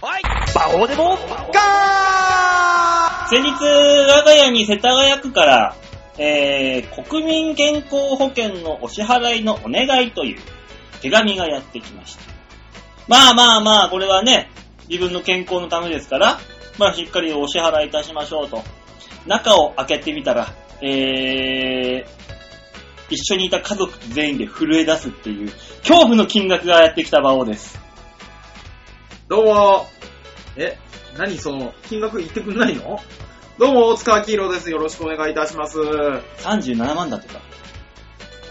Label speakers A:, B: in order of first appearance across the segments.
A: どうでもガー
B: 先日、我が家に世田谷区から、えー、国民健康保険のお支払いのお願いという手紙がやってきました。まあまあまあ、これはね、自分の健康のためですから、まあしっかりお支払いいたしましょうと。中を開けてみたら、えー、一緒にいた家族全員で震え出すっていう、恐怖の金額がやってきた馬王です。
A: どうもえ、何その、金額言ってくんないのどうも、大塚明宏です。よろしくお願いいたします。へ
B: 37万だってか。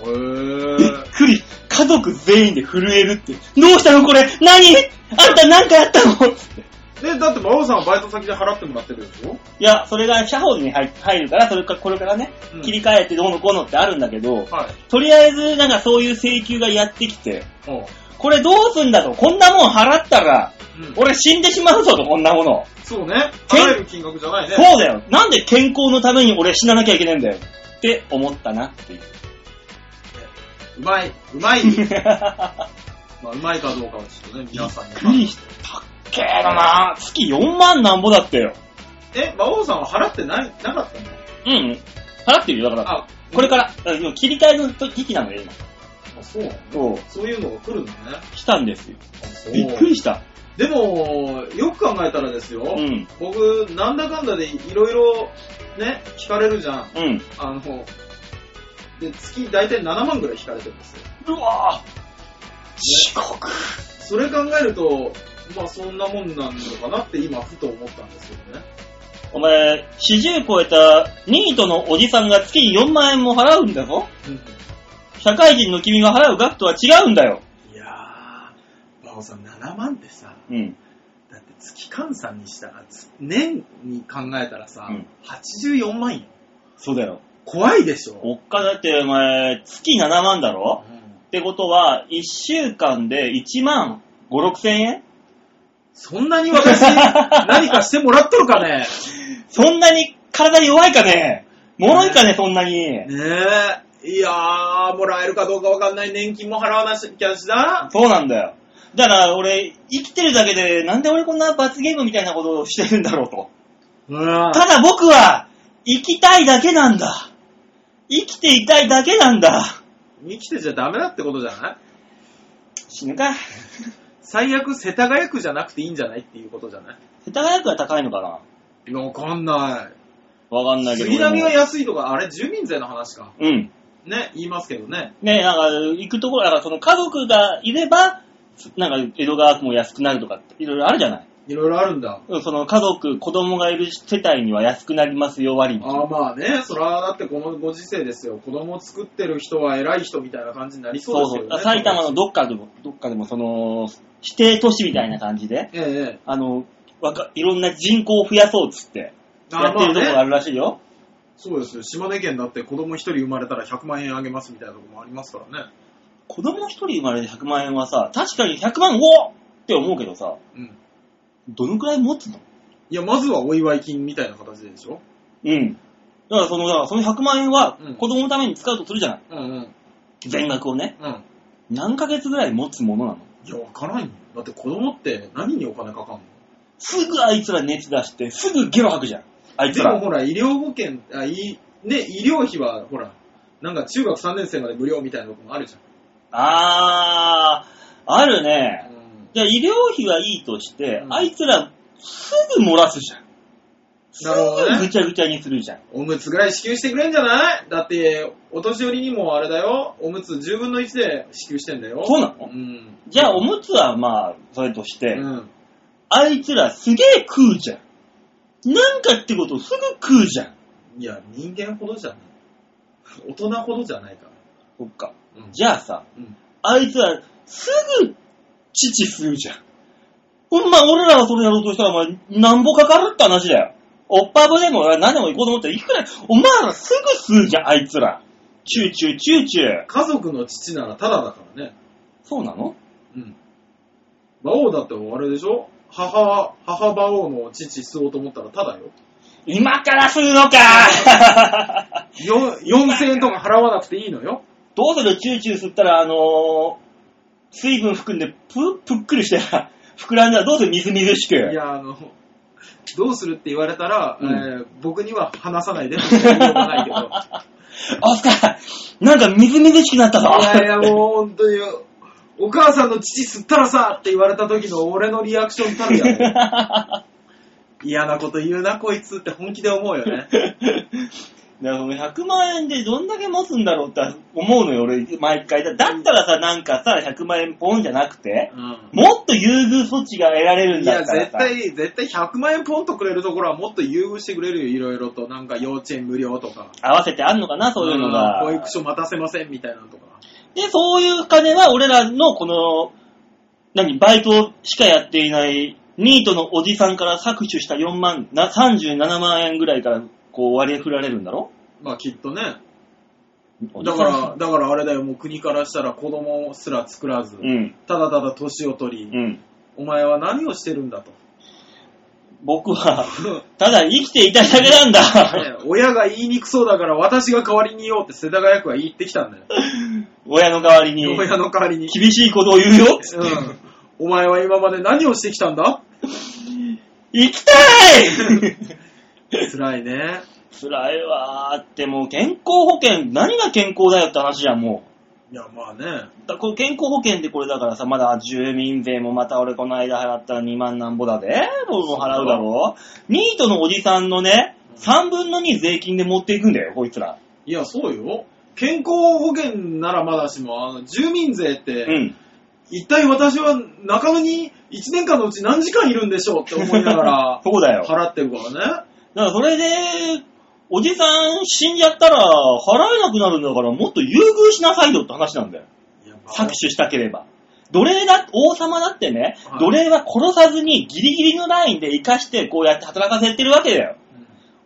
B: びっ
A: ー。
B: くり。家族全員で震えるって。どうしたのこれ何あんたなんかやったのつって。
A: で、だって、馬王さんはバイト先で払ってもらってるでしょ
B: いや、それが社保に入入るから、それか、これからね、
A: うん
B: 切り替えてどうのこうのってあるんだけど、
A: はい。
B: とりあえず、なんかそういう請求がやってきて、
A: おう。
B: これどうすんだと、こんなもん払ったら、
A: うん、
B: 俺死んでしまうぞと、こんなもの。
A: そうね。
B: けん
A: 払える金額じゃないね。
B: そうだよ。なんで健康のために俺死ななきゃいけないんだよ。って思ったな っていう。
A: うまい。うま い。
B: びっ
A: まあ、うまいかどうかはちょっとね、皆さんに。
B: くりした。たっけーだな月4万なんぼだってよ。
A: え、馬王さんは払ってない、なかったの
B: うんうん。払ってるよ、だから。
A: あ、
B: これから、あ今切り替えの時期なのよ、今。
A: あそうなの
B: そう。
A: そういうのが来るのね。
B: 来たんですよ。
A: あそう
B: びっくりした。
A: でも、よく考えたらですよ、
B: うん。
A: 僕、なんだかんだでいろいろね、引かれるじゃん。
B: うん。
A: あの、で、月大体7万ぐらい引かれてるんですよ。
B: うわぁ地獄。
A: それ考えると、まあそんなもんなんのかなって今、ふと思ったんですよね。
B: お前、40超えたニートのおじさんが月に4万円も払うんだぞ。社会人の君が払う額とは違うんだよ。
A: いやー、バオさん7万ってさ、
B: うん。
A: だって月換算にしたら、つ年に考えたらさ
B: うん
A: 84万よ。
B: そうだよ。
A: 怖いでしょ。
B: おっかだってお前、月7万だろってことは、1週間で1万5、6千円
A: そんな に私、何かしてもらっとるかね
B: そんなに体弱いかね脆いかね、そんなに。
A: ねえ。いやー、もらえるかどうかわかんない年金も払わなきゃしな。
B: そうなんだよ。だから俺、生きてるだけで、なんで俺こんな罰ゲームみたいなことをしてるんだろうと。
A: うん
B: ただ僕は、生きたいだけなんだ。生きていたいだけなんだ。
A: 生きてちゃダメだってことじゃない
B: 死ぬか。
A: 最悪、世田谷区じゃなくていいんじゃないっていうことじゃない
B: 世田谷区は高いのかな
A: わかんな
B: わかんない
A: い。
B: けど。
A: 杉並は
B: 俺も
A: 安いとか、あれ、住民税の話か。
B: うん。
A: ね、言いますけどね。
B: ねなんか、行くところ、だからその家族がいれば、なんか、江戸川区も安くなるとかって、いろいろあるじゃない。
A: いろいろあるんだ。
B: その家族、子供がいる世帯には安くなりますよ、割引。
A: ああまあね、そら、だってこのご時世ですよ。子供作ってる人は偉い人みたいな感じになりそうですよ
B: だ
A: ね。
B: から埼玉のどっかでも、どっかでも、その、指定都市みたいな感じで、
A: ええええ。
B: あの、わかいろんな人口を増やそうっつって、や
A: あ
B: ってるとこ
A: ま
B: が
A: あね
B: あるらしいよ。
A: そうですよ。島根県だって子供一人生まれたら100万円あげますみたいなとこもありますからね。
B: 子供一人生まれて100万円はさ、確かに100万おーって思うけどさ、
A: うん。
B: どのくらい持つの
A: いや、まずはお祝い金みたいな形でしょ
B: うん。だからその、だからその100万円は
A: うん
B: 子供のために使うとするじゃない。
A: うんうん。
B: 全額をね。
A: うん。
B: 何ヶ月ぐらい持つものなの
A: いや、わからんよ。だって子供って何にお金かかんの
B: すぐあいつら熱出して、すぐゲロ吐くじゃん。あいつ
A: でも
B: ら。
A: ほら、医療保険、あ、い、ね、医療費はほら、なんか中学3年生まで無料みたいなとこもあるじ
B: あー、ある
A: ゃ
B: ね。
A: ん。
B: じゃあ医療費はいいとして、
A: うん
B: あいつらすぐ漏らすじゃん。
A: なるほど
B: す
A: ね
B: ぐぐちゃぐちゃにするじゃん。
A: おむつぐらい支給してくれんじゃないだって、お年寄りにもあれだよ、おむつ10分の1で支給してんだよ。
B: そうなの
A: うん。
B: じゃあおむつはまあ、それとして、
A: うん。
B: あいつらすげえ食うじゃん。なんかってことすぐ食うじゃん。
A: いや、人間ほどじゃない。大人ほどじゃないか
B: そっか。
A: ら。
B: じゃあさ、
A: うん。
B: あいつらすぐ父するじゃん。ほんま、俺らがそれやろうとしたら、お前、なんぼかかるって話だよ。おっぱぶでも何でも行こうと思ったら、いくら、お前らすぐするじゃん、あいつら。チューチューチューチュー。
A: 家族の父ならただだからね。
B: そうなの
A: うん。馬王だってあれでしょ母は、母馬王の父吸おうと思ったらただよ。
B: 今からするのか
A: よ4000円とか払わなくていいのよ。
B: どうするチューチュー吸ったら、あのー、水分含んで、ぷ、ぷっくりして、膨らんだらどうするみずみずしく。
A: いや、あの、どうするって言われたら、
B: うん
A: えー僕には話さないでって言うことないけ ど。
B: オスカー、なんかみずみずしくなったぞ。
A: いやいや、もう本当に、お母さんの父吸ったらさって言われた時の俺のリアクションたるやろ。 嫌なこと言うな、こいつって本気で思うよ ね。
B: だからその100万円でどんだけ持つんだろうって思うのよ、俺、毎回。だだったらさ、なんかさ、100万円ポンじゃなくて、
A: う
B: もっと優遇措置が得られるん
A: ん。い
B: だ
A: や、
B: ったら
A: 絶
B: さ。
A: 対、絶対100万円ポンとくれるところはもっと優遇してくれるよ、いろいろと。なんか幼稚園無料とか。
B: 合わせてあんのかな、そういうのが。
A: ん保育所待たせませんみたいなのとか。
B: で、そういう金は俺らのこの、何、バイトしかやっていない、ニートのおじさんから搾取した4万、な37万円ぐらいから、こう割り振られるんだろ
A: まあきっとね。
B: おじ
A: だ
B: さん
A: から、だからあれだよ、もう国からしたら子供すら作らず、
B: うん、
A: ただただ年を取り、
B: うん。
A: お前は何をしてる んだと。
B: 僕は、ただ生きていたいだけなん だ。
A: ね親が言いにくそうだから私が代わりに言おうって世田谷区は言ってきたんだよ。
B: 親の代わりに、
A: 親の代わりに。
B: 厳しいことを言うよ。
A: うん。お前は今まで何をしてきた んだ
B: 生きた い
A: 辛いね。
B: 辛いわーって、もう健康保険、何が健康だよって話じゃん、もう。
A: いや、まあね。
B: だこれ健康保険でこれだからさ、まだ住民税もまた俺この間払った2万なんぼだで、もうもう払うだろニートのおじさんのね、3分の2税金で持っていくんだよ、こいつら。
A: いや、そうよ。健康保険ならまだしも、あの、住民税って、
B: うん。
A: 一体私は中野に1年間のうち何時間いるんでしょうって思いながら
B: そうだよ。だか
A: 払ってるからね。
B: らそれで、おじさん死んじゃったら払えなくなるんだからもっと優遇しなさいよって話なんだよ。
A: いや
B: 搾取したければ。奴隷だ、王様だってね、
A: はい
B: 奴隷は殺さずにギリギリのラインで生かしてこうやって働かせてるわけだよ。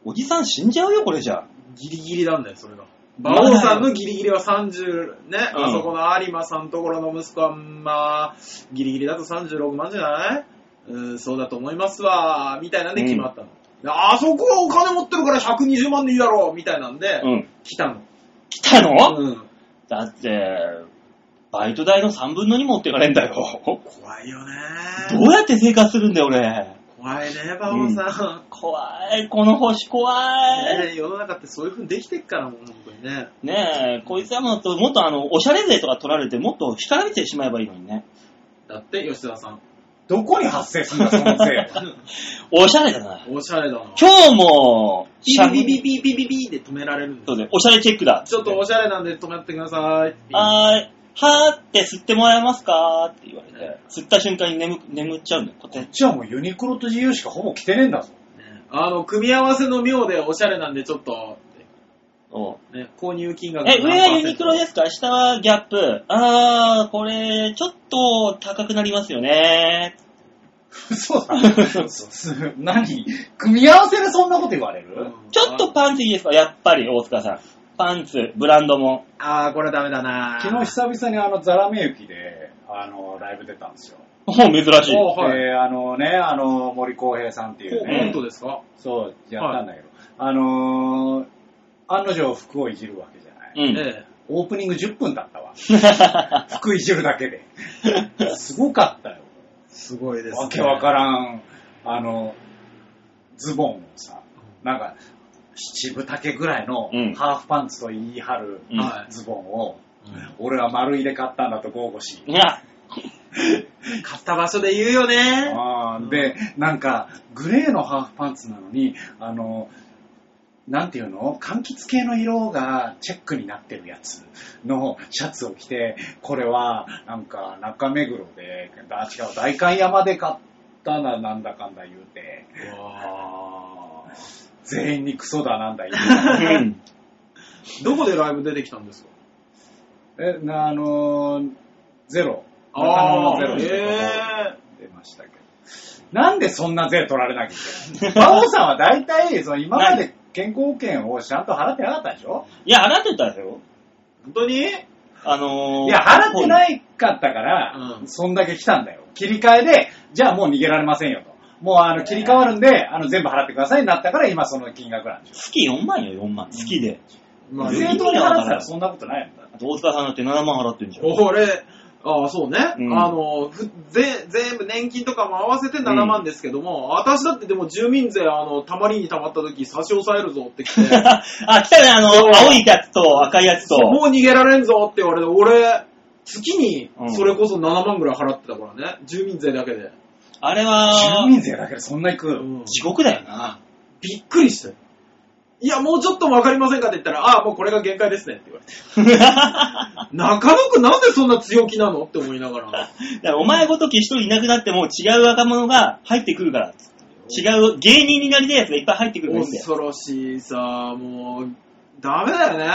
B: おじさん死んじゃうよ、これじゃ。
A: ギリギリなんだよ、それが。馬王さんのギリギリは30、ね、
B: うん
A: あそこの有馬さんところの息子は、まあ、ギリギリだと36万じゃないうん、そうだと思いますわ、みたいなんで決まったの。であそこはお金持ってるから120万でいいだろう、みたいなんで、
B: うん。
A: 来たの。
B: 来たの、
A: うん。
B: だって、バイト代の3分の2持ってかれんだよ。
A: 怖いよね
B: どうやって生活するんだよ、俺。
A: 怖いね、馬王さ
B: 怖い、この星怖
A: ん。
B: い。
A: ね世の中ってそういう風にできてっからもう、本当にね。
B: ねえ、こいつはもっと、もっとあの、おしゃれ税とか取られて、もっと干からびてしまえばいいのにね。
A: だって、吉田さん。
C: どこに発生するんだ、その税は。
B: おしゃれだな。
A: おしゃれだな。
B: 今日も、
A: ビビビビビビビで止められるんだ
B: そうね、おしゃれチェックだ。
A: ちょっとおしゃれなんで止まってください。
B: はーい。はーって吸ってもらえますかって言われて、吸った瞬間に眠眠っちゃうんだよ。こうやって
C: じゃあもうユニクロと自由しかほぼ着てねえんだぞ。
A: ねあの、組み合わせの妙でおしゃれなんでちょっと、
B: おう
A: ね、購入金額。
B: え、上はユニクロですすか下はギャップ。あー、これ、ちょっと高くなりますよね。
C: 嘘だ。す 何組み合わせでそんなこと言われる、
A: うん
B: ちょっとパンツいいですかやっぱり、大塚さん。パンツ、ブランドも。
A: あー、これダメだな
C: 昨日久々にあの、ザラメユキで、あの、ライブ出たんですよ。
B: お珍しい。
A: おはい
C: で、あのね、あの、森公平さんっていう
B: ほ
A: コ
B: う
A: コ
B: ほ
A: ン
C: ね
B: ん、
A: トですか
C: そう、やったんだけど、あのー、案の定服をいじるわけじゃない。
B: うん。
A: え
C: オープニング10分だったわ。服いじるだけで。すごかったよ。
A: えすごいですね。
C: わけわからん、あの、ズボンをさ、なんか、七分丈ぐらいの
B: うん
C: ハーフパンツと言い張る
B: うん
A: はい
C: ズボンを、
A: うん
C: 俺は丸入れ買ったんだと豪語し、
B: いや、
A: 買った場所で言うよね。
C: あーで、なんか、グレーのハーフパンツなのに、あの、なんていうの柑橘系の色がチェックになってるやつのシャツを着て、これは、なんか、中目黒で、あ、違う、代官山で買ったな、なんだかんだ言うて、
A: わ
C: 全員にクソだなんだ言う
B: うん。
A: ーどこでライブ出てきたんですか
C: え、な、あのーゼロ。
A: あ
C: 中野の
A: ー、
C: ゼロで
A: え
C: 出ましたけど。なんでそんな税取られなきゃいけない馬王さんは大体、その今まで健康保険をちゃんと払ってなかったでしょ
B: いや、払ってたでしょ
A: ー、本当に
B: あのー、
C: いや、払って
B: い。
C: ないかったから、
A: うん
C: そんだけ来たんだよ。切り替えで、じゃあもう逃げられませんよと。もうあの切り替わるんで、あの全部払ってくださいになったから今その金額なんでしょ。
B: 月4万よ、4万。月で。
A: まあ、
C: 税
B: 全
C: 取
B: 然
C: り払ってたらそんなことないんだ。
B: 大塚さんだって7万払ってんじゃん。
A: 俺、ああ、そうね。
B: うん
A: あの、ふぜ全部年金とかも合わせて7万ですけども、私だってでも住民税、あの、たまりにたまった時差し押さえるぞっ て来て、
B: あ、来たね、あの、
A: そう
B: 青いやつと赤いやつと。
A: もう逃げられんぞって言われて、俺、月に
B: うん
A: それこそ7万ぐらい払ってたからね、住民税だけで。
B: あれ
C: 住
B: は、
C: 民税だけでそんな行く、
A: うん
B: 地獄だよ な。
C: な
A: びっくりしたよいや、もうちょっともわかりませんかって言ったら、ああ、もうこれが限界ですねって言われて。中野区なんでそんな強気なのって思いなが ら。
B: だからお前ごとき一人いなくなっても違う若者が入ってくるから。違う、芸人になりたいやつがいっぱい入ってくるんだよ。
A: 恐ろしいさ、もう、ダメだよね。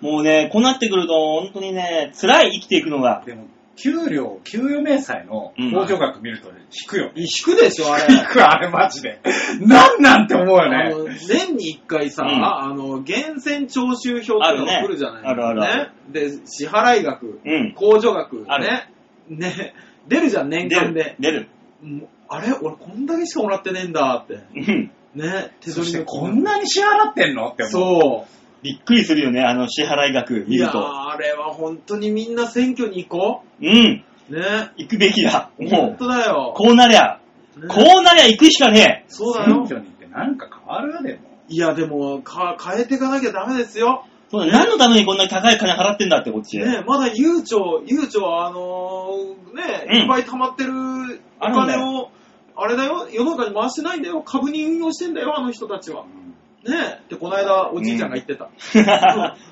B: もうね、こうなってくると本当にね、辛い生きていくのが。
C: でも給料給与明細の控除額見ると引くよ、ね
A: 引くでしょ、あれ。
C: 引くあれマジでなんなんて思うよ
A: あ
C: ね
A: の年に1回さ、
B: うん
A: あの、源泉徴収票っていうの
B: ある
A: が
B: ね
A: 来るじゃない
B: あるあるある
A: ね、で、支払い額、
B: うん。
A: 控除額、
B: あ
A: ね。ね、出るじゃん、年間で。
B: 出る。
A: もうあれ俺こんだけしかもらってねえんだって。
B: 出るうん。
A: ね、手
C: そ
A: 取
C: し
A: りの
C: てこんなに支払ってんのって思う
A: そ
B: びっくりするよね、あの支払い額
A: う。
B: 見
A: いや
B: る
A: ー
B: と。
A: あれは本当にみんな選挙に行こ
B: うん。
A: う。ね。
B: 行くべきだ。も
A: 本
B: う、
A: 当だよ。
B: こうなりゃ、
A: ね
B: こうなりゃ行くしかねえ。
A: そうだ
C: 選
A: よ。
C: 挙に行ってなんか変わるでも
A: いや、でも、か、変えていかなきゃダメですよ。
B: そうだね何のためにこんなに高い金払ってんだって、こっち。
A: ね、まだ悠長、悠長は、あのー
B: うん
A: ね、いっぱい溜まってるお
B: あるんだ
A: 金
B: よ
A: を、あれだよ、世の中に回してないんだよ。株に運用してんだよ、あの人たちは。ねってこの間、おじいちゃんが言ってた。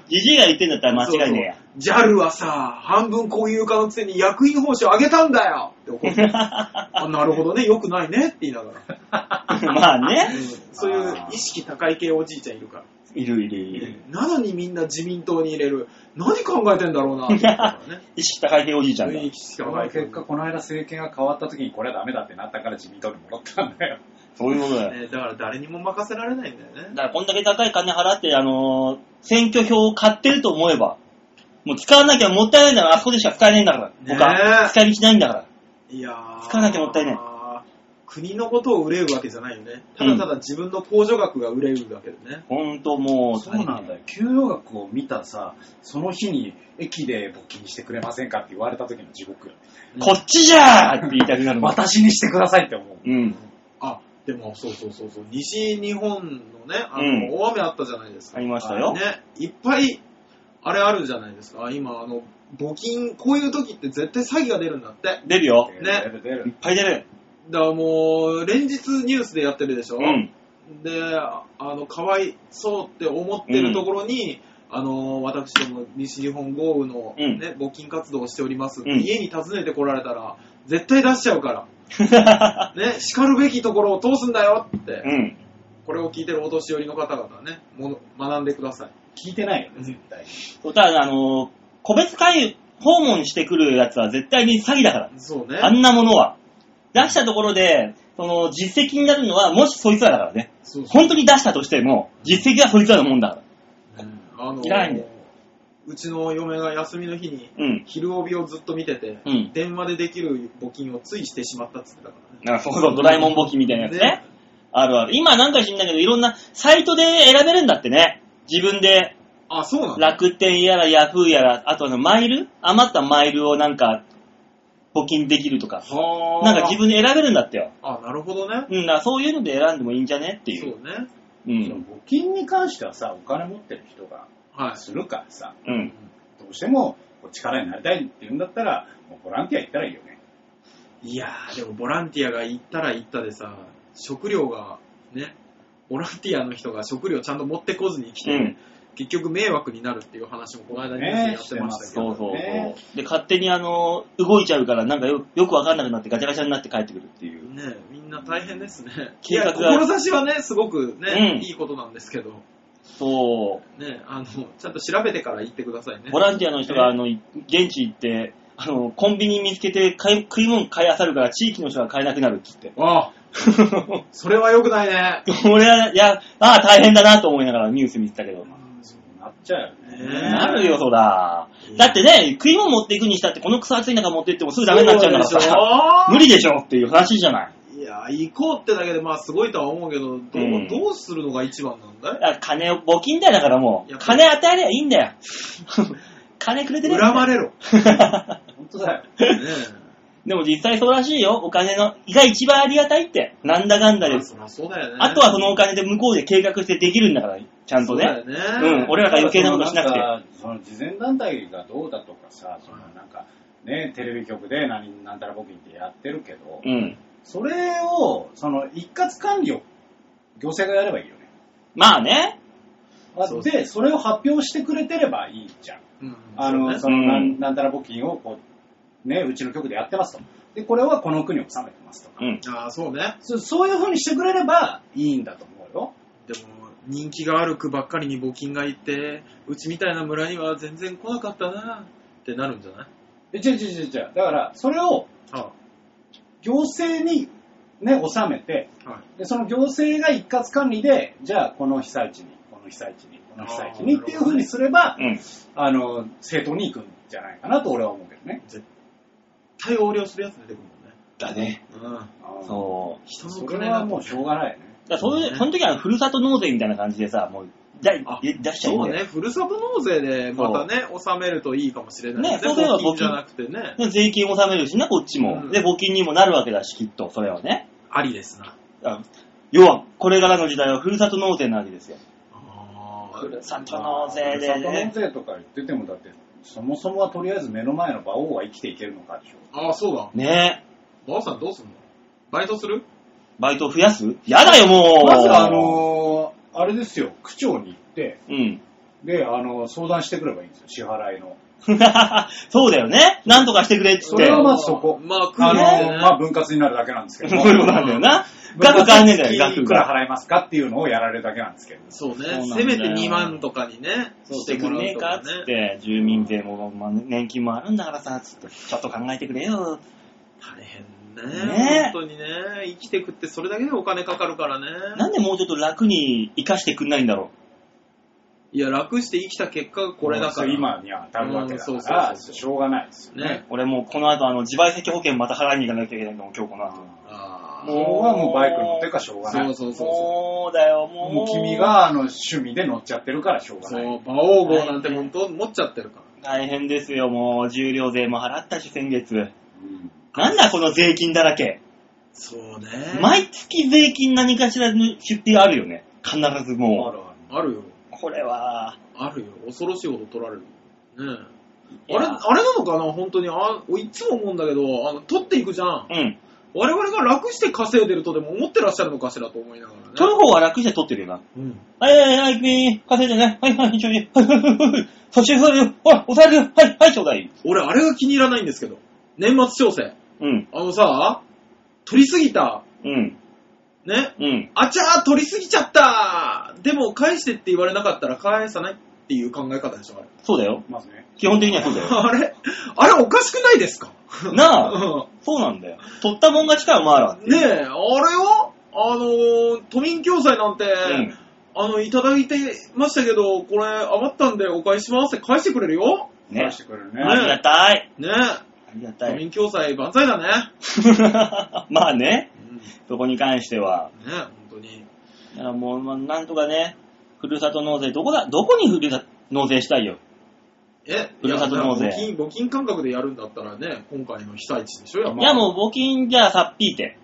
B: じじいが言ってんだったら間違いね
A: そうそう JAL はさ、半分公有化のくせに役員報酬上げたんだよって怒
B: え
A: っ
B: や
A: て。。あ、なるほどね、良くないねって言いながら。
B: まあ
A: うん
B: ね。
A: そういう意識高い系おじいちゃんいるから。
B: いるいるいる。
A: なのにみんな自民党に入れる。何考えてんだろうなって思ったからね。
B: 意識高い系おじいちゃんだ。
A: 雰囲気しか
C: そ
A: な
C: の
A: いけ
C: 結果
A: ど。
C: この間政権が変わった時にこれはダメだってなったから自民党に戻ったんだよ
B: そういうことだよ。
A: ねだから誰にも任せられないんだよ
B: だ
A: ね。
B: からこんだけ高い金払って、あのー選挙票を買ってると思えば、もう使わなきゃもったいないんだから、あそこでしか使えないんだから、他、
A: ねえ
B: 使い道ないんだから。
A: いやー
B: 使わなきゃもったいない。
A: 国のことを憂うわけじゃないよね。ただただ自分の控除額が憂うだけでね。
B: ほんともう、
C: そうなんだよ。給与額を見たさ、その日に駅で募金してくれませんかって言われた時の地獄よ。
B: こっちじゃーって言いたくなるもん。
C: 私にしてくださいって思う。
B: うん。
A: あ、でもそうそうそうそう。西日本のね、あの、
B: うん
A: 大雨あったじゃないです
B: あ
A: か。
B: りましたよ。
A: ね、いっぱい、あれあるじゃないですか。今、あの、募金、こういう時って絶対詐欺が出るんだって。
B: 出るよ。
A: ね
C: 出る出
B: いっ
C: る。
B: ぱい出る。
A: だからもう、連日ニュースでやってるでしょ。
B: うん。
A: で、あの、かわいそうって思ってるところに、あの、私ども西日本豪雨の、
B: うん
A: ね募金活動をしておりますって、
B: うん
A: 家に訪ねてこられたら、絶対出しちゃう から、ね、叱るべきところを通すんだよって、
B: うん。
A: これを聞いてるお年寄りの方々はね、もの学んでください。
C: 聞いてないよね、絶対。
B: そうただ、あのー個別会訪問してくるやつは絶対に詐欺だから。
A: そうね。
B: あんなものは。出したところで、その、実績になるのは、もしそいつらだからね。
A: そうそう
B: 本当に出したとしても、実績はそいつらのもんだか
A: あの
B: いらないんだよ
A: うちの嫁が休みの日に
B: ら。うん。
A: 昼帯をずっと見てて、
B: うん
A: 電話でできる募金をついしてしまったっつってたか
B: なんかそうそう、ドラえもん募金みたいな
A: ら
B: や
A: ね。
B: つね。あるある。今なんか知んないけど、いろんなサイトで選べるんだってね。自分で、
A: あ、そうなんだ。
B: 楽天やらヤフーやら、あとあの、マイル余ったマイルをなんか、募金できるとか。
A: はー
B: なんか自分で選べるんだってよ。
A: あ、なるほどね。
B: うん、だからそういうので選んでもいいんじゃねってい。
A: そううね。
B: う
C: その
B: ん。
C: 募金に関してはさ、お金持ってる人が
A: は
C: するからさ、
B: う
A: い
B: ん。。
C: どうしてもこう力になりたいって言うんだったら、もうボランティア行ったらいいよね。
A: いやー、でもボランティアが行ったら行ったでさ、食料が、ね、ボランティアの人が食料ちゃんと持ってこずに来て、
B: うん
A: 結局迷惑になるっていう話もこの間ニュースでやってましたけ
B: そう
A: ど、
B: そう
C: ね
B: そう。で、勝手にあの、動いちゃうから、なんかよよくわかんなくなってガチャガチャになって帰ってくるっていう。
A: ね、みんな大変ですね。い
B: 計画
A: や、
B: が
A: 志はね、すごくね、
B: うん
A: いいことなんですけど、
B: そう。
A: ね、あの、ちゃんと調べてから行ってくださいね。
B: ボランティアの人が、あの、い現地行って、あの、コンビニ見つけて買い食い物買いあさるから地域の人が買えなくなるって言って。
A: ああ、それは良くないね。
B: 俺は、いや、ああ、大変だなと思いながらニュース見てたけど。
C: そうなっちゃうよ
A: ね
C: ね。
B: なるよ、そら
A: う。ん
B: だってね、食い物持っていくにしたって、この草厚い中持ってってもすぐダメになっちゃうから
A: そうでし
B: さ、
A: ょ
B: 無理でしょっていう話じゃない。
A: いや、行こうってだけで、まあすごいとは思うけど、どう,、
B: うん
A: どうするのが一番なんだい
B: だから金を、募金だよ、だからもう
A: や。っぱ り
B: 金与えりゃいいんだよ。金くれてねえんだ
A: 恨
B: よ
A: まれろ。
C: 本当だよ。
A: ね
B: でも実際そうらしいよ。お金の、が一番ありがたいって。なんだかんだ
A: ま
B: で
A: あ。そりゃそうだよね。
B: あとはそのお金で向こうで計画してできるんだから、ちゃんとね。
A: そうだ
B: う
A: よ
B: ん
A: ね。
B: 俺らが余計なことしなくて
C: んかその慈善団体がどうだとかさ、そのなんか、ね、テレビ局で何、なんたら募金ってやってるけど、
B: うん。
C: それを、その一括管理を行政がやればいいよね。
B: まあね。
C: あ
A: そうそう
C: で、それを発表してくれてればいいじゃん。
A: うん
C: あの、
A: そ
C: そう
A: ね
C: のな
B: うん
C: ん、なんたら募金をこう、ね、うちの局でやってますと。で、これはこの国を収めてますと
B: う
C: か。
B: ん。
A: ああ、そうね。
C: そそういう風にしてくれればいいんだと思うよ。
A: でも、人気がある区ばっかりに募金がいて、うちみたいな村には全然来なかったなってなるんじゃない
C: え、違う違う違う違う。だから、それを
A: は
C: 行政にね、収めて、
A: あ、はい。
C: で、その行政が一括管理で、じゃあ、この被災地に、この被災地に、この被災地に
A: あー
C: っていう風にすれば、
B: うん。
C: あの、正当に行くんじゃないかなと俺は思うけどね。
A: 対横領するやつ出てくる
B: だね。
A: もんね。うん。
B: そう。
A: 人の
C: そ
A: お
C: れ
A: 金
C: は
A: が
C: もうしょうがないよね。
B: だからそういう、その時はふるさと納税みたいな感じでさ、もう、じゃ
A: あ
B: 出出しちゃいいん
A: そう
B: だよ。
A: ね、ふるさと納税でまたね、納めるといいかもしれない
B: ねそうすれば
A: 募金じゃなくてね、
B: で税金納めるしな、こっちも。
A: うん
B: で、募金にもなるわけだし、きっと、それはね。
A: ありですな。
B: あ要は、これからの時代はふるさと納税なわけですよ。
A: あ
B: ふるさと納税でね
C: ふ。るさと納税とか言ってても、だって、そもそもはとりあえず目の前の馬王は生きていけるのかでしょ。
A: あー、そうだ。
B: ねえ。
A: ばあさんどうすんのバイトする
B: バイト増やすやだよ、もう。
C: まずあ、のーあれですよ、区長に行って、
B: うん。
C: で、あの、相談してくればいいんですよ、支払いの。
B: そうだよね。なんとかしてくれっつって。
C: それはまずそこ
A: まあ、来
C: あ
A: る
C: の
A: ね。
C: ー、まあ、分割になるだけなんですけど
B: そういうことなんだよな。
C: 分
B: 額
C: 割
B: 変わんねえんだよ、
C: 月
B: 額
C: いくら
B: が。
C: 払いますかっていうのをやられるだけなんですけど。
A: そう
B: そうなんだ
A: ね。
B: よ
A: せめて2万とかにね、
B: し
A: してて
B: く
A: く
B: ん
A: れ
B: ねえかっつって、住民税も、まあ、年金もあるんだからさ、つって、ちょっと考えてくれよ。
A: 大変
B: ね
A: ね。本当にね。生きてくってそれだけでお金かかるからね。
B: なんでもうちょっと楽に生かしてくんないんだろ
A: いや、楽して生きた結果がこれだから。
C: そう今には当たるわけだ
A: うんそうそう
C: か
A: そ
C: ら、
A: うそう
C: しょうがないですよね。
B: う
A: ね。。
B: 俺もうこの後、あの、自賠責保険また払いに行かなきゃいけないんだもん、今日この後。
C: も
A: あ
C: う
A: ー
B: も
C: はもうバイクに乗ってるからしょうがない。
A: そうそうそうそう。
B: そうだよ、もう。
C: もう君。があの趣味で乗っちゃってるからしょうが
A: そ
C: ない。
A: う、馬王号なんて本当持っちゃってるから。
B: 大変ですよ、もう。重量税も払ったし、先月。
C: うん
B: なんだ、この税金だらけ。
A: そうね。
B: 毎月税金何かしらの出費あるよね。必ず
C: あ
B: も
C: る
A: あ
C: ある
A: るよ。
B: う。これは、
A: あるよ。恐ろしいほど取られる。ね
B: い
A: あ
B: や
A: れ、あれなのかな本当に。あ、いつも思うんだけど、あの、取っていくじゃん。
B: うん。
A: 我々が楽して稼いでるとでも思ってらっしゃるのかしらと思いながらね。
B: 取る方は楽して取ってるよな。
A: うん。
B: はいはいはい、君、稼いでね。はいはい、一緒に。はいはいはいはい。差し入れよ。ほら、お財布。はい、はい、ちょうだい。
A: 俺、あれが気に入らないんですけど。年末調整。
B: うん、
A: あのさ、取りすぎた。
B: うん、
A: ね。
B: うん。
A: あちゃー、取りすぎちゃったでも、返してって言われなかったら返さないっていう考え方でしょ、あれ。
B: そうだよ。
C: まずね。
B: 基本的にはそうだよ。
A: あれ、あれおかしくないですか
B: なあ、
A: う
B: そうなんだよ。取ったもん勝ちか、お前ら。
A: んねえ、あれはあのー都民共済なんて、
B: うん。
A: あの、いただいてましたけど、これ余ったんでお返ししますって返してくれるよ
B: ね
C: 出してくれるね。
B: ありがたい。
A: ね
B: ありがた
A: 都
B: い。
A: 民共済万歳だね。
B: まあね、
A: うん、ね
B: そこに関しては。
A: え、本当に。
B: だからもう、まあ、なんとかね、ふるさと納税、どこだ、どこにふるさと納税したいよ。
A: え、
B: ふるさと納税
A: いや募金、募金感覚でやるんだったらね、今回の被災地でしょ、やっぱ
B: いや、もう募金じゃあさっぴいて。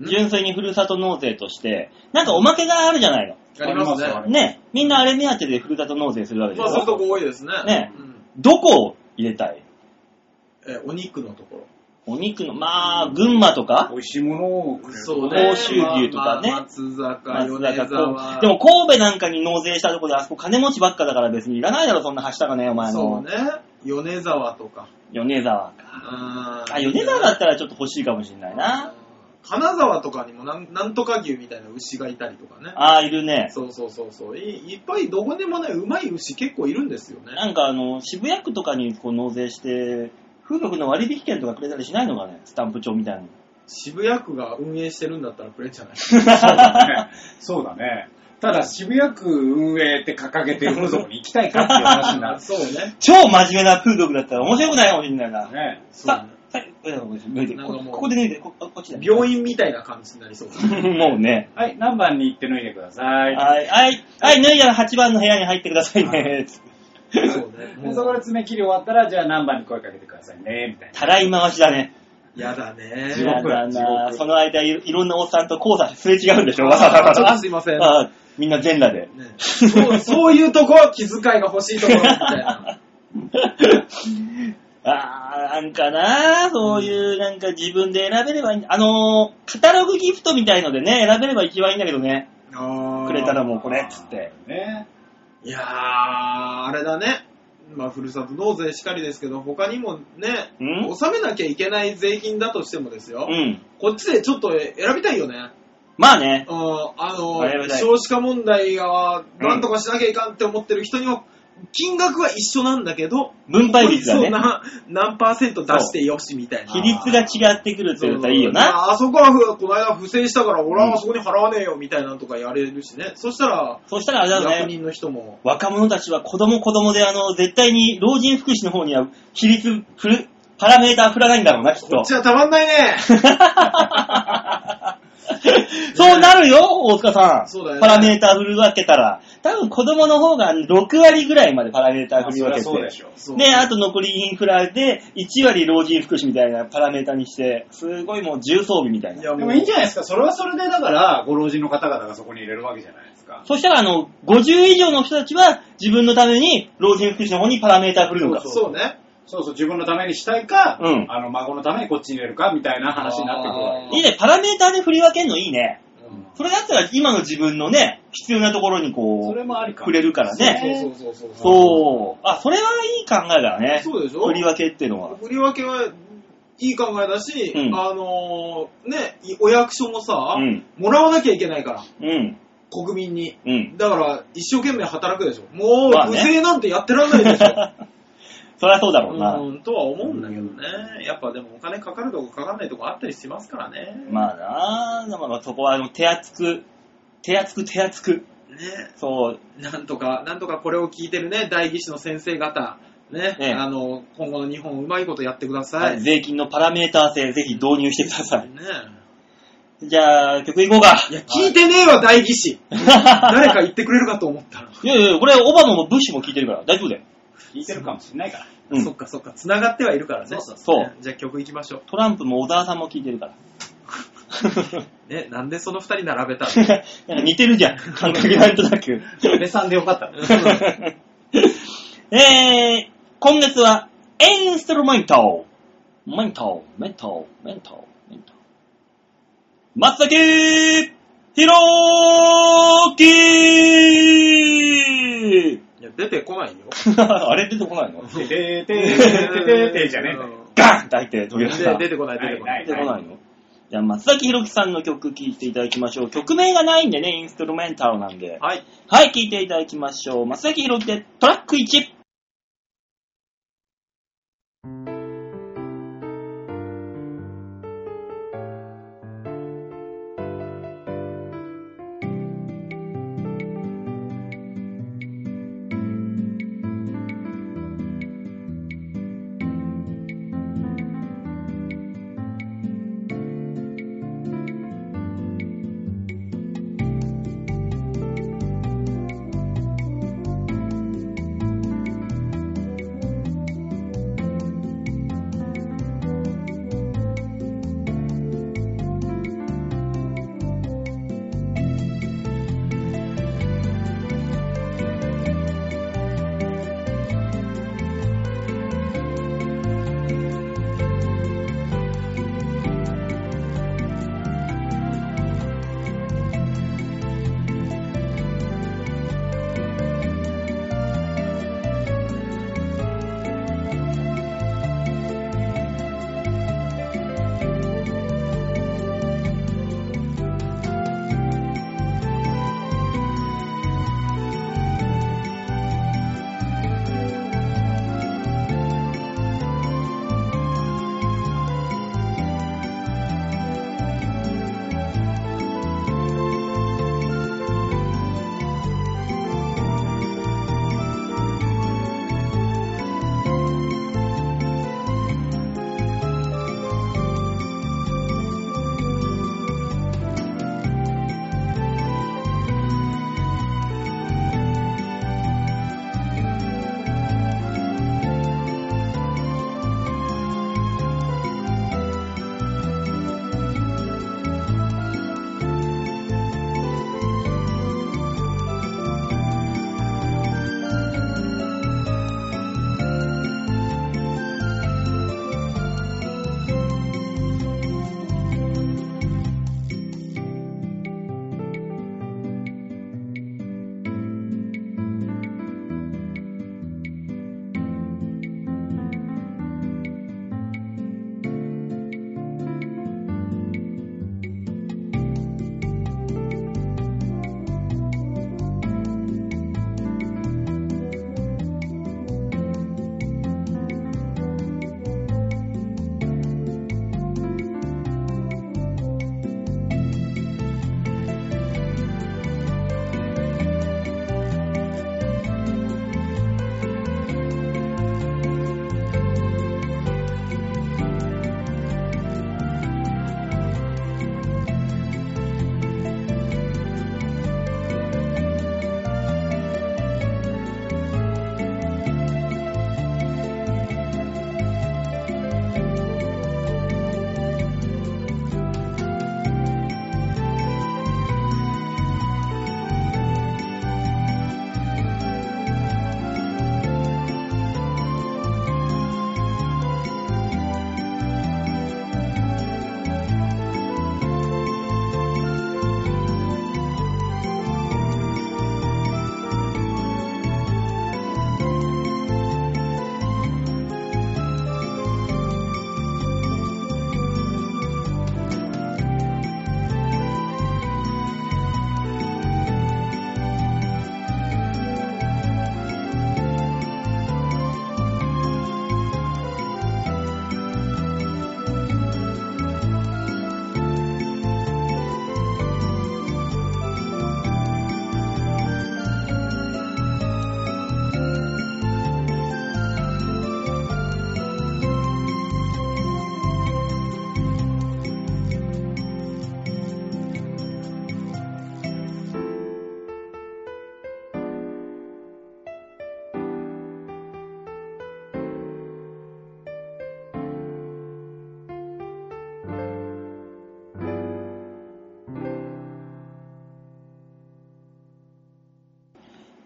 A: ん
B: 純粋にふるさと納税として、なんかおまけがあるじゃないの。
A: やります
C: ありますよあ
A: ね。
C: れ
B: ね、みんなあれ目当てでふるさと納税するわけでしょ
A: まあ、そういうとこ多いですね。
B: ね
A: うん
B: どこを入れたい
A: え、お肉のところ。
B: お肉の、まあ、群馬とか、
C: 美味しいものをくれる
A: そう
B: ね
A: ね。
B: 甲州牛とかね
A: まあ松坂、
B: 松
A: 米
B: 坂
A: 沢。
B: 神戸でも神戸なんかに納税したとこで、あそこ金持ちばっかだから別にいらないだろ、そんなはしたがね、お前
A: そう
B: の。
A: ね。米沢とか。
B: 米沢か。
A: あ
B: あ、米沢だったらちょっと欲しいかもしれないな。。
A: 金沢とかにもなんなんとか牛みたいな牛がいたりとかね。
B: ああ、いるね。
A: そうそうそうそうい。いっぱいどこでもね、うまい牛結構いるんですよね。
B: なんかあの、渋谷区とかにこう納税して、風俗の割引券とかくれたりしないのかね、スタンプ帳みたいなの。
A: 渋谷区が運営してるんだったらくれんじゃない
C: そうだね。そうだね。ただ渋谷区運営って掲げてる風俗に行きたいかっていう話になる。
A: そうね。
B: 超真面目な風俗だったら面白くないかもしれないな。
C: ね。
A: そう
B: さ
A: ね、
B: さ、えごめん抜いて
A: なん
B: こ
A: かもう
B: ここで脱いで、こここっちだ。
A: 病院みたいな感じにな りそう ですね。
B: もうね。
C: はい、何番に行って脱いでください。
B: はい、はい、はい、脱いだら8番の部屋に入ってくださいね。
A: そうね。
C: でそこで爪切り終わったら、じゃあ何番に声かけてくださいね、みたい な。
B: たらい回しだね。
A: やだね。
C: 地獄だ
B: やな
C: 地獄
B: その間い、いろんなおっさんと交差すれ違うんで しょ、わざわざ。
A: あすいませ ん。
B: あみんな全裸で。
A: ねそうそういうとこは気遣いが欲しいところみたいな。
B: あー、なんかなそういう、なんか自分で選べればいいんだ。あのー、カタログギフトみたいのでね、選べれば一番いいんだけどね。
A: あー
B: くれたらもうこれっつって。
C: ね。
A: いやー、あれだね。まあ、ふるさと納税しかりですけど、他にもね
B: うん、
A: 納めなきゃいけない税金だとしてもですよ
B: う。ん。
A: こっちでちょっと選びたいよね。
B: まあね。
A: うんあ
B: 選
A: の、
B: びたい
A: 少子化問題が、なんとかしなきゃいかんって思ってる人にも、金額は一緒なんだけど、
B: 分配率がね
A: そうな何パーセント出してよしみたいな。
B: 比率が違ってくるって言ったらいいよな。
A: ああそこはふこの間不正したから俺はあそこに払わねえよみたいなのとかやれるしね。そしたら、
B: そしたらあれだよね。
A: 役人の人も。
B: 若者たちは子供子供で、あの、絶対に老人福祉の方には比率振る、パラメーター振らないんだろうな、きっ
A: ことっち。はたまんないね。
B: そうなるよ、大塚さん。
A: そうだよね
B: パラメーター振る分けたら。多分子供の方が6割ぐらいまでパラメーター振り分けて。
C: そうでしょ。
A: そう
B: ね、あと残りインフラで1割老人福祉みたいなパラメーターにして、すごいもう重装備みたい
A: い
B: な。
A: や
C: で
A: も
C: も
A: う
C: いいんじゃないですか。それはそれで、だから、ご老人の方々がそこに入れるわけじゃないですか。
B: そしたら、あの、50以上の人たちは自分のために老人福祉の方にパラメーター振るのか。
A: そうそうね。
C: そうそう、自分のためにしたいか、
B: うん
C: あの、孫のためにこっちに入れるか、みたいな話になってくるわけ
A: あ
C: で
A: ー
B: いいね、パラメーターで振り分けるのいいね。
A: うん
B: それだったら今の自分のね、必要なところに
C: す。
B: こ
C: それ
B: う、
C: もありか。
B: くれるからね。
A: そうそうそうそう。
B: そう。あ、それはいい考えだね。
A: そうでしょ
B: 振り分けっていうのは。
A: 振り分けはいい考えだし、
B: うん
A: あのーね、いお役所もさ、
B: うん
A: もらわなきゃいけないから、
B: うん。
A: 国民に。
B: うん。
A: だから、一生懸命働くでしょ。もう
B: まあ、
A: 不
B: ね
A: 正なんてやってらんないでしょ。
B: そりゃそうだろうな。
A: うん、とは思うんだけどね。やっぱでもお金かかるとこかかんないとこあったりしますからね。
B: まあなあ、まあ、そこはあの手厚く、手厚く手厚く。
A: ね。
B: そう。
A: なんとか、なんとかこれを聞いてるね、代議士の先生方。ね。
B: ええ
A: あの、今後の日本うまいことやってくださ。
B: はいい、税金のパラメーター制、ぜひ導入してくださ
A: ね
B: い。じゃあ、曲いこうか。
A: いや、聞いてねえわ、代議士。誰か言ってくれるかと思ったら。
B: いやいや、これオバマもブッシュも聞いてるから、大丈夫だよ。
C: 聞いてるかもしれないから。
B: うん
A: そっかそっか、繋がってはいるからね。
B: そうそうそう
A: ねじゃあ曲行きましょ
B: トランプも小沢さんも聞いてる から。
A: う。ね、なんでその二人並べたの
B: なんか似てるじゃん。感覚なんとなく。
C: 安倍さんでよかったね。
B: えー、今月は、インストルメントメントメントメントメント松崎ひろき
A: いや、出てこないよ。
B: あれ出てこないの
C: ててててててじゃねえんだよ。
B: ガーンって入って飛び出した。
A: で出
B: 出て
A: てこない、出てこな。
C: ないい
B: こないのじゃあ、松崎ひろきさんの曲聴いていただきましょう。曲名がないんでね、インストルメンタルなんで。
A: はい。
B: はい、聴いていただきましょう。松崎ひろきでトラック1。
D: 「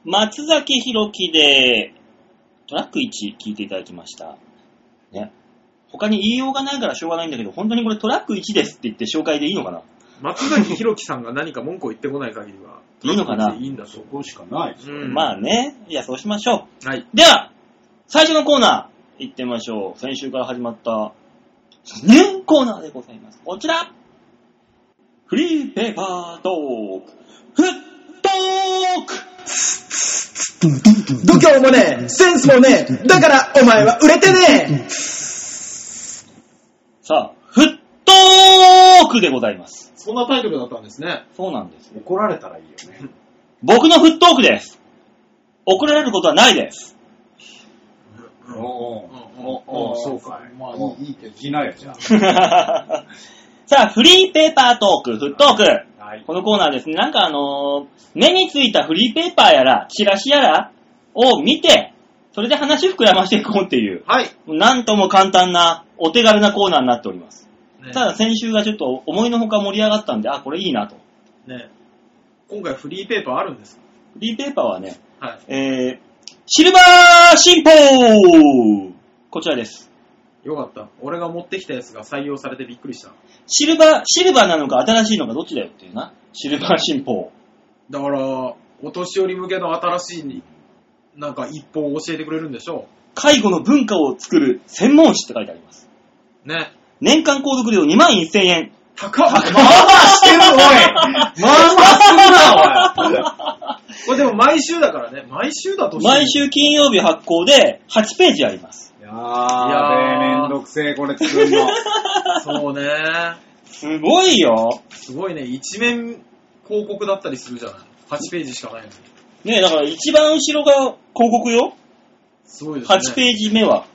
B: 松崎弘樹で、トラック1聞いていただきました。ね。他に言いようがないからしょうがないんだけど、本当にこれトラック1ですって言って紹介でいいのかな
A: 松崎弘樹さんが何か文句を言ってこない限りは、
B: いいのかない
A: いんだ
C: そ
A: と。
C: こしかないですよ
A: うん
B: まあね。いや、そうしましょ
A: はい。
B: う。では、最初のコーナー、行ってみましょう。先週から始まった、年コーナーでございます。こちらフリーペーパートーク、フットーク
D: 度胸もねえ、センスもねえ、だからお前は売れてね
B: さあ、フットークでございます。
A: そんなタイトルだったんですね。
B: そうなんです。
C: 怒られたらいいよね。
B: 僕のフットークです。怒られることはない です。
A: うん
C: おー
A: うん
C: おおそうかい。
A: まあ
C: いいいけど。いないよ、じゃ
B: さあ、フリーペーパートーク、フットーク。
C: あ。はい。
B: このコーナーですね、なんかあのー目についたフリーペーパーやら、チラシやらを見て、それで話膨らましていこうっていう、
A: はい。ね
B: なんとも簡単な、お手軽なコーナーになっております。ただ先週がちょっと思いのほか盛り上がったんで、あ、これいいなと。
A: ね今回フリーペーパーあるんです
B: フリーペーパーはね、
A: かはい。
B: えー、シルバー新報こちらです。
A: よかった。俺が持ってきたやつが採用されてびっくりした。
B: シルバー、シルバーなのか新しいのかどっちだよっていうな。シルバー新報。
A: だから、お年寄り向けの新しい、なんか一報を教えてくれるんでしょ
B: 介護の文化を作る専門誌って書いてあります。
A: う。ね。
B: 年間購読料2万1000円。
A: 高っ
C: まあまあしてる、おいまあま あするな、
A: これでも毎週だからね。毎週だとしても
B: 毎。週金曜日発行で8ページあります。
C: おい。いやー、
A: いやー
C: めんどくせえ、これ作るの。
A: そうね。
B: すごいよ。
A: すごいね。一面広告だったりするじゃない。8ページしかないのに。
B: ねえだから一番後ろが広告よ。
A: すごいですね。
B: 8ページ目は。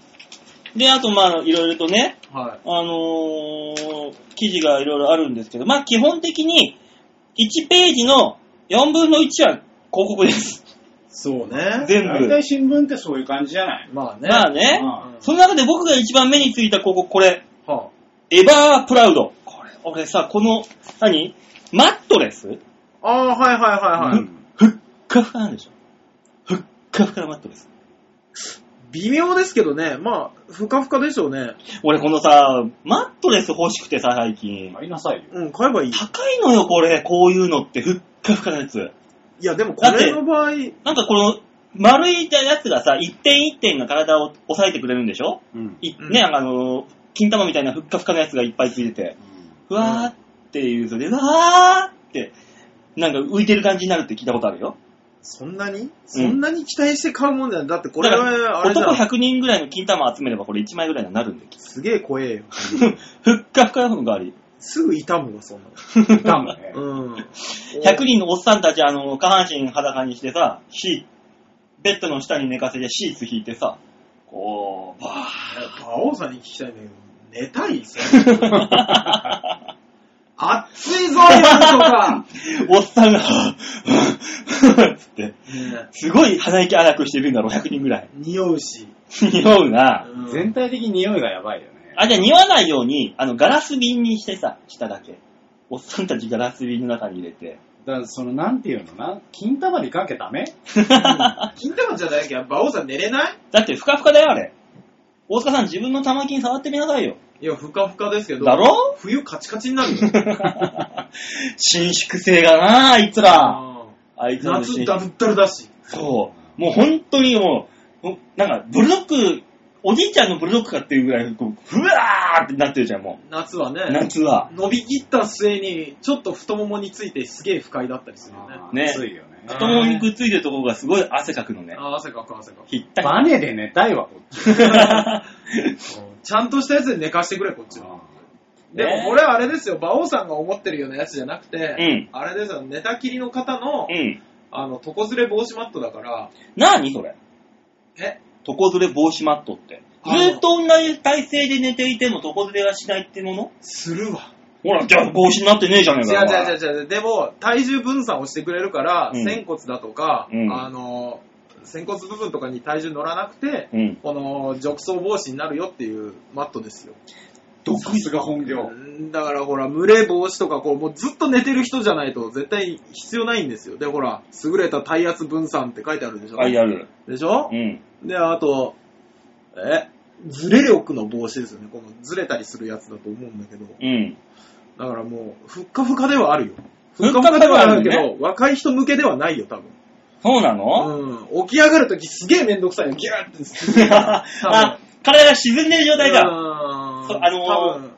B: で、あとまあ、いろいろとね、
A: はい。
B: あのー記事がいろいろあるんですけど、まあ基本的に1ページの4分の1は広告です。
A: そうね。
B: 全
C: 大
B: 部。
C: 体新聞ってそういう感じじゃない
A: まあね。
B: まあね。
C: うん
B: その中で僕が一番目についた広告、これ。
A: は
B: エバープラウド。これ、俺さ、この、何マットレス
A: あ、ああ、はいはいはいはい、
C: うん
B: ふっかふかなんでしょふっかふかなマットレス。
A: 微妙ですけどね。まあ、ふかふかでしょうね。
B: 俺このさ、マットレス欲しくてさ、最近。
C: ありなさいよ。
A: うん、買えばいい。
B: 高いのよ、これ。こういうのって、ふっかふかなやつ。
A: いや、でもこれの場合、
B: なんかこの、丸いやつがさ、一点一点が体を押さえてくれるんでしょ
C: うん。
B: い
A: うん
B: ね、なんかあの、金玉みたいなふっかふかのやつがいっぱいついてて。ふわーっていう、それで、うわーって、なんか浮いてる感じになるって聞いたことあるよ。
A: そんなにそんなに期待して買うもんじゃない。だってこれ
B: だから
A: は、あれじゃ
B: 男
A: ん。
B: 100人ぐらいの金玉集めればこれ1枚ぐらいにはなるんだけ
A: すげえ怖えよ。
B: ど。ふっかふかのがあり。
A: すぐ痛むわ、そんな
C: 多分 ね。
A: の。うん。
B: 100人のおっさんたち、あの、下半身裸にしてさ、シーベッドの下に寝かせてシーツ引いて さ、こう、バー
A: 馬王さんに聞きたいんだけど、寝たいそれ暑いぞ、今と か、
B: おっさんが、はぁ、はぁ、つって、
A: ね
B: すごい鼻息荒くしてるんだろう、100人ぐらい。
A: 匂うし。
B: 匂うな。
A: うん
C: 全体的に匂いがやばいよね。
B: あ、じゃあ匂わないように、あの、ガラス瓶にしてさ、しただけ。おっさんたちガラス瓶の中に入れて。
C: だからその、なんていうのな、金玉にかけダメ
A: 金玉じゃないけど、馬王さん寝れない
B: だって、ふかふかだよ、あれ。大塚さん、自分の玉金触ってみなさいよ。
A: いや、ふかふかですけど、
B: だろ
A: 冬カチカチになるよ。
B: 伸縮性がなあ、いつら。あいつらの
A: 夏
B: 伸
A: ダ
B: 縮
A: ルダルだし。
B: そう。もう本当にもう、もうなんか、ブルドッグ、おじいちゃんのブルドッグかっていうぐらい、こう、ふわーってなってるじゃん、も
A: 夏は
B: う。
A: ね、
B: 夏は。
A: 伸びきった末に、ちょっと太ももについてすげえ不快だったりするよね。
C: あー
B: ね
C: 熱いよね。
B: 太ももにくっついてるところがすごい汗かくのね。
A: あー汗かく汗かく。
B: ひった
C: バネで寝たいわ、こっち
A: ちゃんとしたやつで寝かしてくれ、こっちは。
C: は。
A: で
B: ね
A: もこれはあれですよ、馬王さんが思ってるようなやつじゃなくて、
B: うん
A: あれですよ、寝たきりの方の
B: う、ん。
A: あの、床ずれ防止マットだから、
B: なにそれ
A: え
B: 床ずれ防止マットって。ず
A: あの
B: ーっと同じ体勢で寝ていても床ずれはしないってもの
A: するわ。
B: ほら、じゃあ防止になってねえじゃね
A: 違う
B: えかよ。
A: 違う違う違う。でも、体重分散をしてくれるから、
B: うん
A: 仙骨だとか、
B: うん
A: あの、仙骨部分とかに体重乗らなくて、
B: うん。
A: この、褥瘡防止になるよっていうマットですよ。
C: 毒さすが本業。
A: うんだからほら、群れ防止とか、こう、もうずっと寝てる人じゃないと絶対必要ないんですよ。で、ほら、優れた体圧分散って書いてあるでしょ
B: 書いてある。
A: でしょ
B: うん。
A: で、あと、え、ズレ力の防止ですよね。このずれたりするやつだと思うんだけど。
B: うん。
A: だからもう、ふっかふかではあるよ。
B: ふ
A: ふ
B: っ
A: っ
B: か
A: か
B: ふかで
A: ふかで
B: は
A: は
B: あ
A: あ
B: る
A: る
B: ね
A: けど、若い人向けではないよ、多分。
B: そうなの、
A: うん。起き上がるときすげえめんどくさいよ。ギューっ て。
B: あ、体が沈んでる状態か。
A: うん
B: そうあのー
A: 多分
B: なん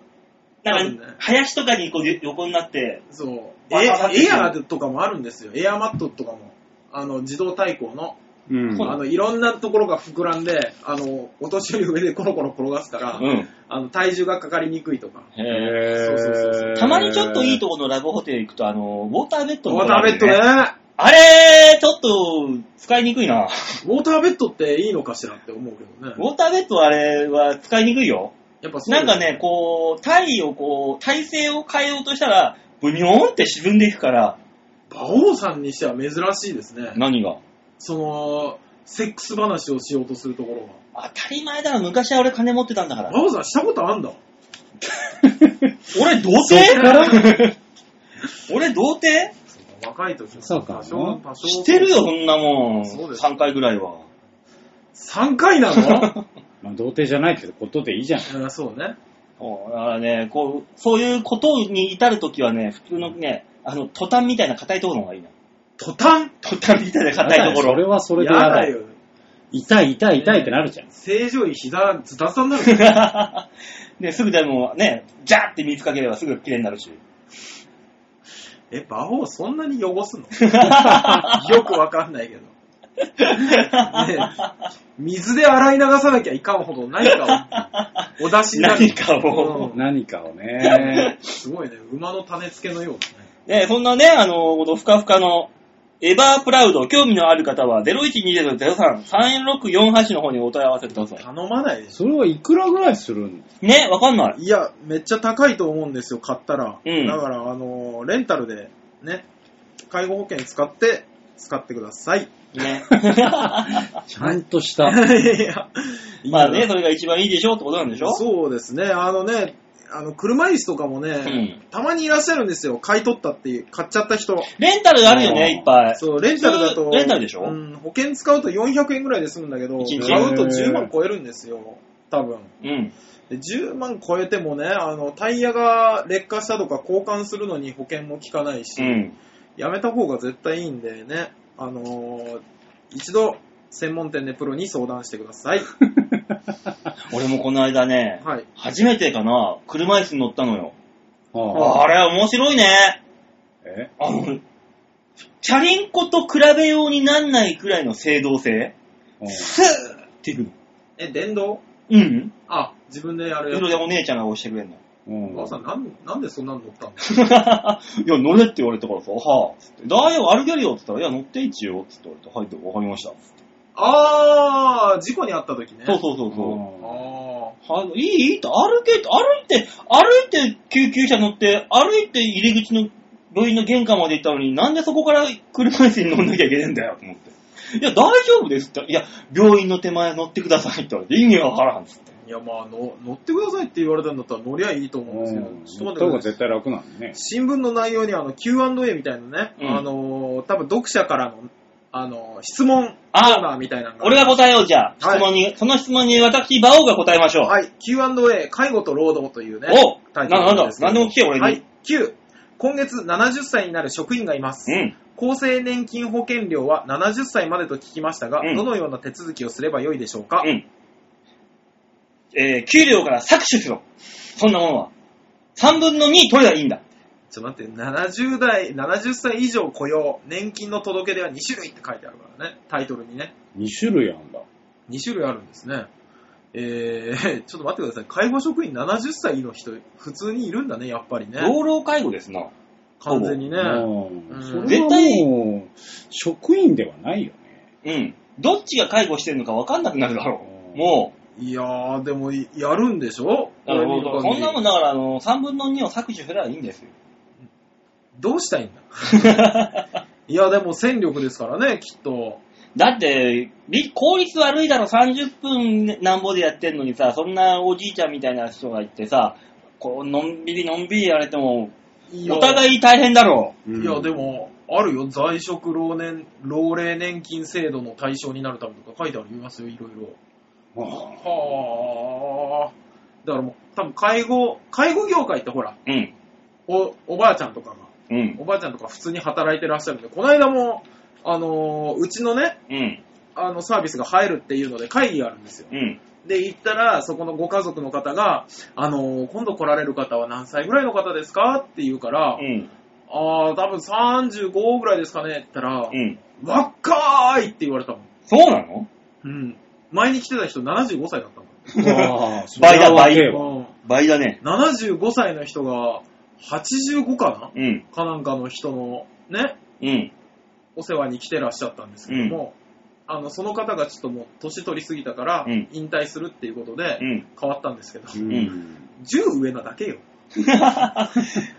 A: 多分
B: か
A: ね、
B: 林とかにこう横になって、
A: そう。
B: バ
A: エ
B: カバカしい
A: エアーとかもあるんですよ。エアーマットとかも。あの、自動対抗の。
C: うん
A: あの、いろんなところが膨らんで、あの、お年寄り上でコロコロ転がすから、
B: うん。
A: あの、体重がかかりにくいとか。
B: へ
A: そうそうそうそう
B: ーたまにちょっといいとこのラブホテル行くと、あの、ウォーターベッドの
A: ウォ
B: とこ
A: ータ
B: あ
A: ーベ
B: る
A: ッ
B: ね
A: ドね。
B: あれ、ちょっと、使いにくいな。
A: ウォーターベッドっていいのかしらって思うけどね。
B: ウォーターベッドあれは使いにくいよ。
A: やっぱそう
B: なんかね、こう、体位をこう、体勢を変えようとしたら、ブニョーンって沈んでいくから、
A: 馬王さんにしては珍しいですね。
B: 何が
A: その、セックス話をしようとするところが。
B: 当たり前だろ、昔は俺金持ってたんだから。
A: 馬王さんしたことあんだ。
B: 俺童
C: そっから
B: 貞 俺童貞
A: 若い時は
C: そうか
A: 多少、多少。
B: 知ってるよ、そんなもん。
A: そうです
B: 3回ぐらいは。
A: 3回なの
C: まあ、童貞じゃないってことでいいじゃん。
A: うんそうね。
B: そうだからね、こう、そういうことに至るときはね、普通のね、あの、トタンみたいな硬いところの方がいいな。
A: 途端
B: トタンみたいな硬いとこ
C: それ
B: ろ。
C: はそれで
A: や
C: やだ
A: だ
C: よ。
A: よ。
C: 痛い痛い痛いってなるじゃん。
A: 正常位膝ズタズタに なるよ。
B: で、すぐでもね、ジャーって水かければすぐ綺麗になるし。
A: え、馬王そんなに汚すのよくわかんないけど。ねえ水で洗い流さなきゃいかんほど何かをお出しになる。
B: 何かを
A: うん
C: 何かをね。
A: すごいね、馬の種付けのようだね。
B: ね、そんなね、あの、このふかふかの、エバープラウド、興味のある方は、0120-03-3648の方にお問い合わせください。
A: 頼まないでし
C: それはいくらぐらいするん
B: ね、わかんな
A: ょ。
B: い。
A: いや、めっちゃ高いと思うんですよ、買ったら。
B: うん
A: だから、あのーレンタルで、ね、介護保険使って、使ってください。
B: ね。
C: ちゃんと し
A: い
C: た。
A: や
B: まあね、それが一番いいでしょうってことなんでしょ
A: そうですね。あのね、あの、車椅子とかもね、
B: ん
A: たまにいらっしゃるんですよ。買い取ったっていう、買っちゃった人。
B: レンタルあるよ
C: うん
B: ね、いっぱい。
A: そう、レンタルだと。
B: レンタルでしょ
A: うん、保険使うと400円ぐらいで済むんだけど、
B: 一日
A: 買うと10万超えるんですよ。多分。
B: うん。
A: で10万超えてもね、あの、タイヤが劣化したとか交換するのに保険も効かないし、
B: うん。
A: やめた方が絶対いいんでね、あのー一度、専門店でプロに相談してくだ さい。
B: 俺もこの間ね、
A: はい。
B: 初めてかな、車椅子に乗ったのよ。
C: はあ
B: あれ面白いね。
C: え
B: あの、チャリンコと比べようになんないくらいの制動性。
C: うん
B: スーっていくの。
A: え、電動
B: うん。
A: あ、自分でやるや
B: そ
A: つ
B: れでお姉ちゃんが押してくれるの。
C: うん
A: お母さん、なんなんでそんなの乗ったの
B: いや、乗れって言われたからさ、はぁ、つって。だよ、歩けるよ、つったら、いや、乗って一応、つって言われて、はい、わかりました。
A: あー、事故に遭った時ね。
B: そうそうそうそう。
C: う
A: あ
B: はい、いい、いいと、歩け、歩いて、歩いて救急車乗って、歩いて入り口の病院の玄関まで行ったのに、なんでそこから車椅子に乗んなきゃいけねえんだよ、と思って。いや、大丈夫ですって。いや、病院の手前乗ってくださいって言われて、意味がわからん、つって。
A: ーいや、まあの、乗ってくださいって言われたんだったら乗りゃいいと思うんですけど、
C: ん
A: ち
C: そ
A: ょっ
C: っ
A: と
C: た
A: 待
C: 方
A: って
C: が
A: くだ
C: 絶
A: さい
C: 対楽なのね。
A: 新聞の内容にあの Q&A みたいなね、
B: うん
A: あのー、多分読者からの、あのー、質問コ
B: あ
A: ーナーみたいなの
B: 俺が答えよう、じゃあ。質
A: はい
B: 問に、その質問に私、馬王が答えましょう。
A: はい、Q&A、介護と労働というね、
B: お
A: タイトル
B: なな
A: なんですけど
B: んだなんでも聞け俺に
A: はい、9、今月70歳になる職員がいます。
B: うん。
A: 厚生年金保険料は70歳までと聞きましたが、
B: うん
A: どのような手続きをすればよいでしょうか、
B: うん。えー給料から搾取しろ。そんなものは。3分の2取ればいいんだ。
A: ちょっと待って、70代、70歳以上雇用、年金の届け出は2種類って書いてあるからね、タイトルにね。
C: 2種類あんだ。
A: 2種類あるんですね。えー、 ちょっと待ってください。介護職員70歳の人、普通にいるんだね、やっぱりね。
B: 老老介護ですな。
A: 完全にね。
C: うん
A: うん
C: それはもう、職員ではないよね。
B: うん。どっちが介護してるのか分かんなくなるだろう。
C: うん
B: も
A: いやー、でも、やるんでしょ
B: う。なるほど。
A: これ見る限り
B: そんなもんだから、あの、3分の2を搾取すればいいんですよ。
A: どうしたいんだ いや、でも戦力ですからね、きっと。
B: だって、り効率悪いだろ、30分なんぼでやってんのにさ、そんなおじいちゃんみたいな人がいてさ、こう、のんびりのんびりやれても、
A: い
B: お互い大変だろ
A: いや、でも、あるよ。在職老年、老齢年金制度の対象になるためとか書いてありますよ、いろいろ。
C: も
A: はあ。だからもう、多分介護、介護業界ってほら、
B: う。うん。
A: お、おばあちゃんとかが、
B: うん。
A: おばあちゃんとか普通に働いてらっしゃるんで、この間も、あのーうちのね、
B: うん。
A: あの、サービスが入るっていうので会議があるんですよ。
B: うん。
A: で、行ったら、そこのご家族の方が、あのー今度来られる方は何歳ぐらいの方ですかって言うから、
B: うん。
A: ああ、多分35ぐらいですかねって言ったら、
B: うん。
A: 若ーいって言われたもん。
B: そうなの
A: うん。前に来てた人75歳だったもん。
C: う、わあそれ
B: 倍だ、
C: は若
B: 倍。
C: えわ
B: 倍だね。
A: 75歳の人が、85か
B: うん。
A: なかなんかの人の、ね、
B: うん。
A: お世話に来てらっしゃったんですけども、あの、その方がちょっともう、年取りすぎたから
B: うん、
A: 引退するっていうこと
B: う
A: で、
B: ん。
A: 変わったんですけど、
C: うん
A: 10上なだけよ。
B: だか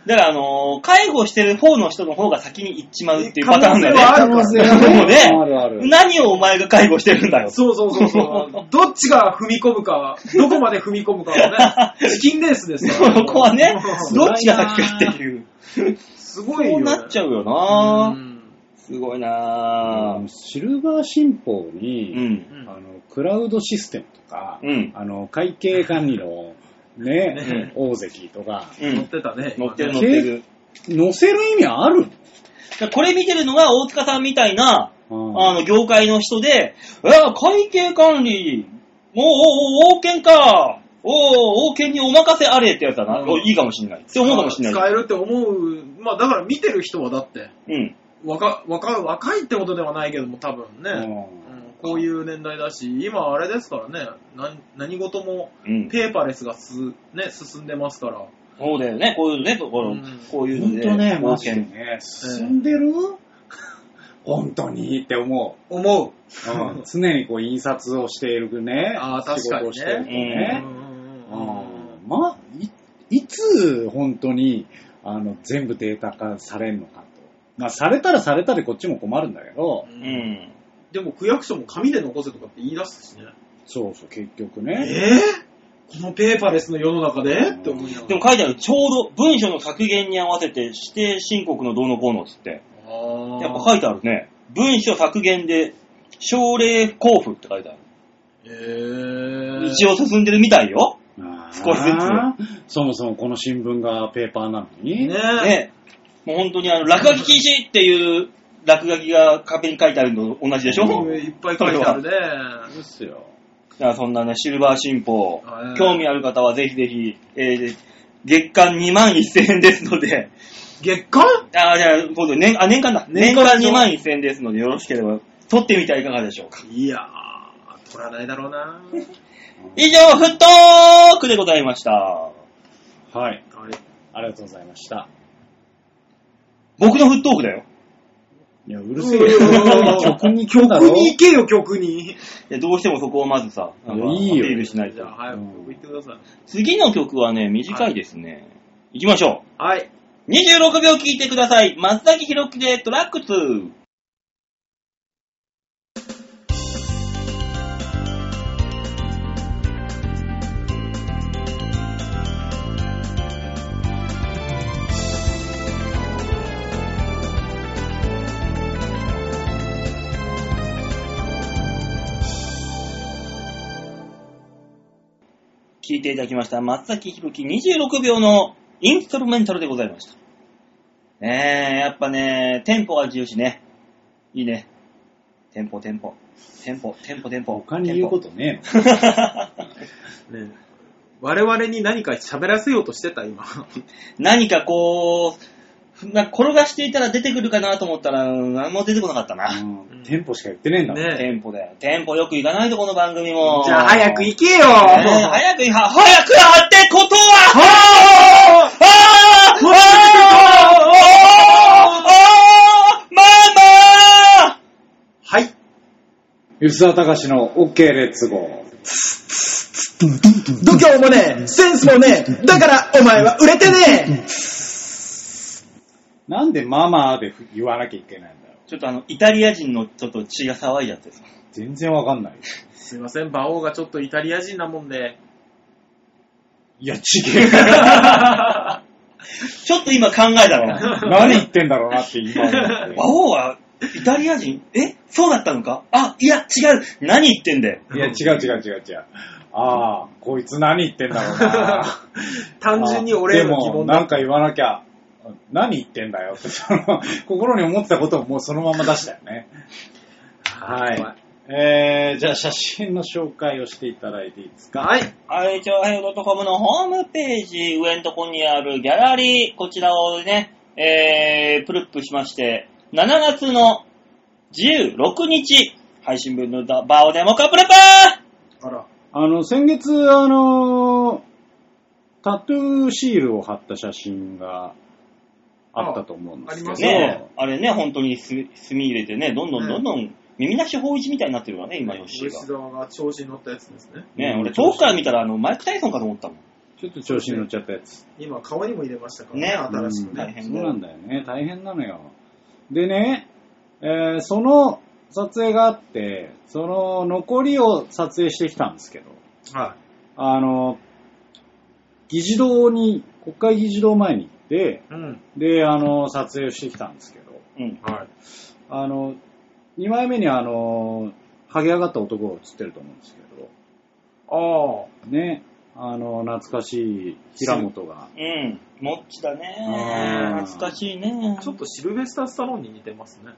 B: ら、あのー介護してる方の人の方が先に行っちまうっていうパターンだよ
A: 可能性はあ
B: ね。
A: る
C: 可能性は
B: もうね
C: あるある。
B: 何をお前が介護してるんだよ。
A: そうそうそうそう。 どっちが踏み込むか、どこまで踏み込むかは ね、チキンレースです
B: そ
A: よ。
B: こは ね、
A: そう
B: どっちが先かっていう。
A: すごい
B: そ
A: よ、
B: う
A: ね。
B: なっちゃうよ
A: う。
B: なんすごいな
C: あのシルバー新報
B: う
C: に、
B: ん。
A: うん
C: あのクラウドシステムとか、
B: うん。
C: あの会計管理の、ね
A: ね、
C: 大関とか、
B: う
A: 乗
B: ん。
A: ってたね。
B: 乗ってる乗
C: の
B: ってる。
C: 載せる意味ある
B: だからこれ見てるのが大塚さんみたいな、
C: の
B: あの、業界の人で、あ会計管理、もう、おうおう、王権か、おう王権にお任せあれってやつだな。
A: うん
B: おいいかもしんない。って思うかもしんない。
A: 使えるって思う。まあだから見てる人はだって、
B: うん。
A: 若、若、若いってことではないけども多分
C: う
A: ね、
C: ん
A: うんこういう年代だし、今あれですからね、何何事も
B: うん。
A: ペーパーレスがす、ね、進んでますから。
B: そうだよね。こういうね、ところ
A: うん、
B: こういう
C: 本
B: ので。
C: 当ね、マ
B: 王
C: ジで
B: 権。
C: ね、進んでる、本当にって思う。
A: 思う。
C: うん常にこう印刷をしているね、
A: あー確かにね
C: 仕事をしていると
A: うん
C: ね、
A: うんう
C: う
A: ん
C: んまあい、いつ本当にあの全部データ化されるのかと。まあ、されたらされたでこっちも困るんだけど、
A: う
B: うんん。
A: でも区役所も紙で残せとかって言い出すしね。
C: そうそう、結局
A: え
C: ね。
A: ーこのペーパーレスの世の中でって思いながら。
B: でも書いてある、ちょうど文書の削減に合わせて指定申告のどうのこうのっつって。
A: あー
B: やっぱ書いてあるね。文書削減で、省令交付って書いてある。
A: えー
B: 一応進んでるみたいよ。
C: あー
B: 少しず
C: そもそもこの新聞がペーパーなの
A: ね
C: に。
B: ね。もう本当にあの、落書き禁止っていう落書きが壁に書いてあるのと同じでしょ、
C: うん
A: いっぱい書いてあるね。
C: ですよ。
B: だからそんなね、シルバー新報
A: は、い
B: 興味ある方はぜひぜひ、えー月間2万1000円ですので、
A: 月間
B: あー、じゃあ、今度年、あ、年間だ。年
A: 年間
B: 間2万1000円ですので、よろしければ、撮ってみてはいかがでしょうか。
A: いやー、取らないだろうな。
B: 以上、フットークでございました。
C: はい。
A: はい。
C: ありがとうございました。
B: 僕のフットークだよ。
C: いや、うるせえよ。曲に行くだ
A: 曲
C: ろ。
A: に行けよ、曲に。
B: いやどうしてもそこをまずさ、あの
C: いいよ
B: アピールしない
A: じ
B: と
A: ゃ。あ、早く
C: うん
A: 曲行ってください。
B: 次の曲はね、短いですね。行きましょ
A: はい。
B: う。26秒聴いてください。松崎弘樹でトラック2。聴いていただきました。松崎弘樹26秒のインストルメンタルでございました。ねえ、やっぱね、テンポが重視ね。いいね。テンポ、テンポ。テンポ、テンポ、テンポ。
C: 他に言うことねえ
A: ね我々に何か喋らせようとしてた、今。
B: 何かこう、な転がしていたら出てくるかなと思ったら、何も出てこなかったな。
C: の。うんテンポしか言ってねえんだもん。
A: ね
B: テンポだよ。テンポよく行かないと、この番組も。
A: じゃあ、早く行けよ
B: ね早く行か、早くやってことは
A: は
B: ああああああママ
A: はい。
C: 吉沢隆の OK レッツゴー。
D: 度胸もねえ、センスもねえ、だからお前は売れてねえ。
C: なんでママで言わなきゃいけないんだよ。
B: ちょっとあの、イタリア人のちょっと血が騒いじゃってさ。
C: 全然わかんない。
A: すいません、馬王がちょっとイタリア人なもんで。
C: いや、ちげえな。
B: ちょっと今考えたわ。
C: 何言ってんだろうなって今思って
B: 馬王は、イタリア人えそうだったのかあ、いや、違う。何言ってんだよ。
C: いや、違う違う違う違う。ああ、こいつ何言ってんだろうな。
A: 単純に俺への
C: で
A: 疑
C: も、
A: 問
C: な
A: だ
C: んか言わなきゃ、何言ってんだよ って、その、心に思ってたことをもうそのまま出したよね。はい。えー、じゃあ写真の紹介をしていただいていいですか
A: はい。
B: はい、超平洋 .com のホームページ、上のとこにあるギャラリー、こちらをね、えー、プルップしまして、7月の16日、配信分のだバオデモカプレパ
A: あら。
C: あの、先月、あのタトゥーシールを貼った写真があったと思うんですけど。
A: あ
B: ー
A: ありま
B: ねえ、あれね、本当に墨墨入れてね、どんどんどんどん、耳なし法一みたいになってるわね、今、ヨッシー
A: 吉
B: が。
A: 沢が調子に乗ったやつですね。
B: ねえ、俺、遠くから見たら、あの、マイク・タイソンかと思ったもん。
C: ちょっと調子に乗っちゃったやつ。
A: 今、顔にも入れましたから
B: ね
A: ね、新しく
C: うん
B: 大
A: ね。
B: 変
C: そうなんだよね。大変なのよ。でね、えーその撮影があって、その残りを撮影してきたんですけど、
A: は
C: あの、議事堂に、国会議事堂前に行って、
A: い。うん。
C: で、あの、撮影をしてきたんですけど、
B: うん。
A: はい。
C: あの、2枚目にあの、剥げ上がった男が映ってると思うんですけ
A: あ
C: ど、ね、あの、懐かしい平本が、
B: うん。もっちだね
C: あー。
B: 懐かしいね
A: あ。。ちょっとシルベスター・スタローンに似てますね。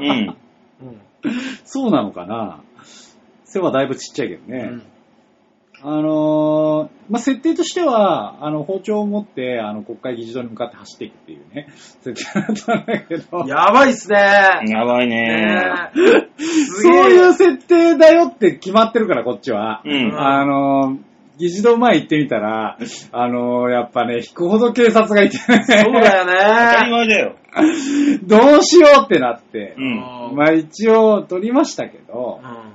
B: うん。
A: うん。
C: そうなのかな背はだいぶちっちゃいけどね。
A: うん
C: あのーまあ、設定としては、あの、包丁を持って、あの、国会議事堂に向かって走っていくっていうね、設定だったんだけど、
A: やばいっすね。
B: やばいね。
A: ねえす
C: そ
A: げ
C: う
A: え
C: いう設定だよって決まってるから、こっちは。
B: うん。
C: あのー議事堂前行ってみたら、あのーやっぱね、引くほど警察がいて
A: そう
C: ね、
A: だ
B: 当たり
A: よね。
B: 前だよ。
C: どうしようってなって
B: う、ん。
C: まあ一応撮りましたけど
A: う、ん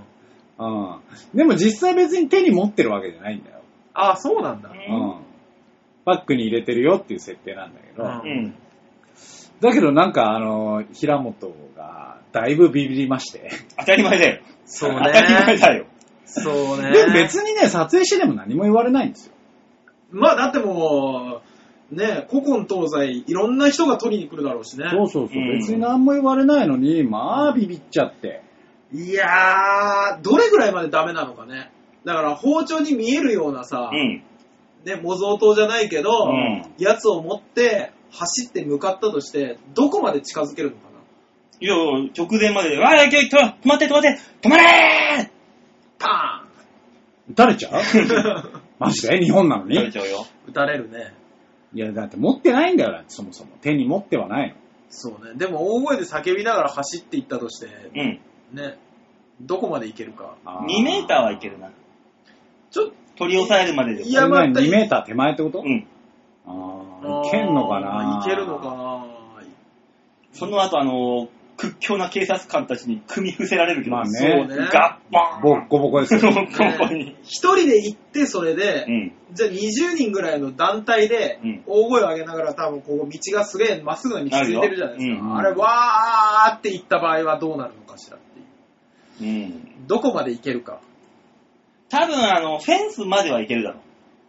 C: うん。でも実際別に手に持ってるわけじゃないんだよ。
A: あ、そうなんだ。
C: うん。バッグに入れてるよっていう設定なんだけど、
A: うん
B: うん。
C: だけどなんかあの、平本がだいぶビビりまして。
B: 当たり前だよ。
A: そう
B: 当たり前
A: ね。
B: だよ。
A: そうね。
C: でも別にね、撮影してでも何も言われないんですよ。
A: まあだってもう、ね、古今東西、いろんな人が取りに来るだろうしね。
C: そうそうそう、
B: うん
C: 別に何も言われないのに、まあビビっちゃって。
A: いやー、どれぐらいまでダメなのかね。だから包丁に見えるようなさ、
B: うん。
A: ね、模造刀じゃないけど、
B: うん
A: やつを持って走って向かったとして、どこまで近づけるのかな。
B: いや、直前までで、わあ、今日、止まって、止まって、止まれ
A: パーン
C: 撃たれちゃうマジで日本なの
B: ー取れ
C: に
B: ちゃうよ。
A: 撃たれるね。
C: いや、だって持ってないんだよ、だってそもそも。手に持ってはないの。
A: そうね。でも大声で叫びながら走っていったとして、
B: うん。
A: ね、どこまで行けるか。
C: あ
B: 2メーターはいけるな。
A: ちょっ
B: 取り押さえるまでで。
A: いや
C: それなり
A: また
C: に2メーター手前ってこと、
B: うん。
C: あ
A: と、
C: あ、いけんのかな
A: あーいけるのかな
B: その後、あの、屈強な警察官たちに組み伏せられるけど、
C: まあね
A: そうね。
B: ガッバーン
C: ボッコボコ ですよ。
B: ボッコボコに
A: ね。一人で行って、それで、
B: うん。
A: じゃあ20人ぐらいの団体で
B: うん、
A: 大声を上げながら多分ここ道がすげえまっすぐな道続いてるじゃないですか。
C: うん
A: あれ、わーって行った場合はどうなるのかしらってい
B: う
A: う。
B: ん。
A: どこまで行けるか。
B: 多分、あの、フェンスまではいけるだろう。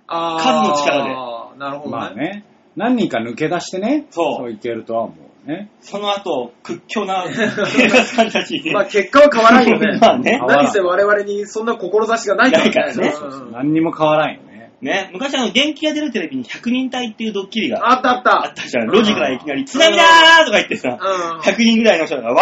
A: あー
B: 数の力で。
A: なるほどね。
C: まあね、何人か抜け出してね、
B: そう
C: そういけるとは思うね。
B: その後、屈強 な警察官たちに。
A: まあ結果は変わらんよ ね。
B: まあね。
A: 何せ我々にそんな志がないから
B: ないか
A: ね。う
C: そうそうん何にも変わらんよね。
B: ね、昔あの、元気が出るテレビに100人隊っていうドッキリが
A: あったあっ。
B: あったたじゃん。路地からいきなり、津波だーとか言ってさ、
A: うん。
B: 100人ぐらいの人がわー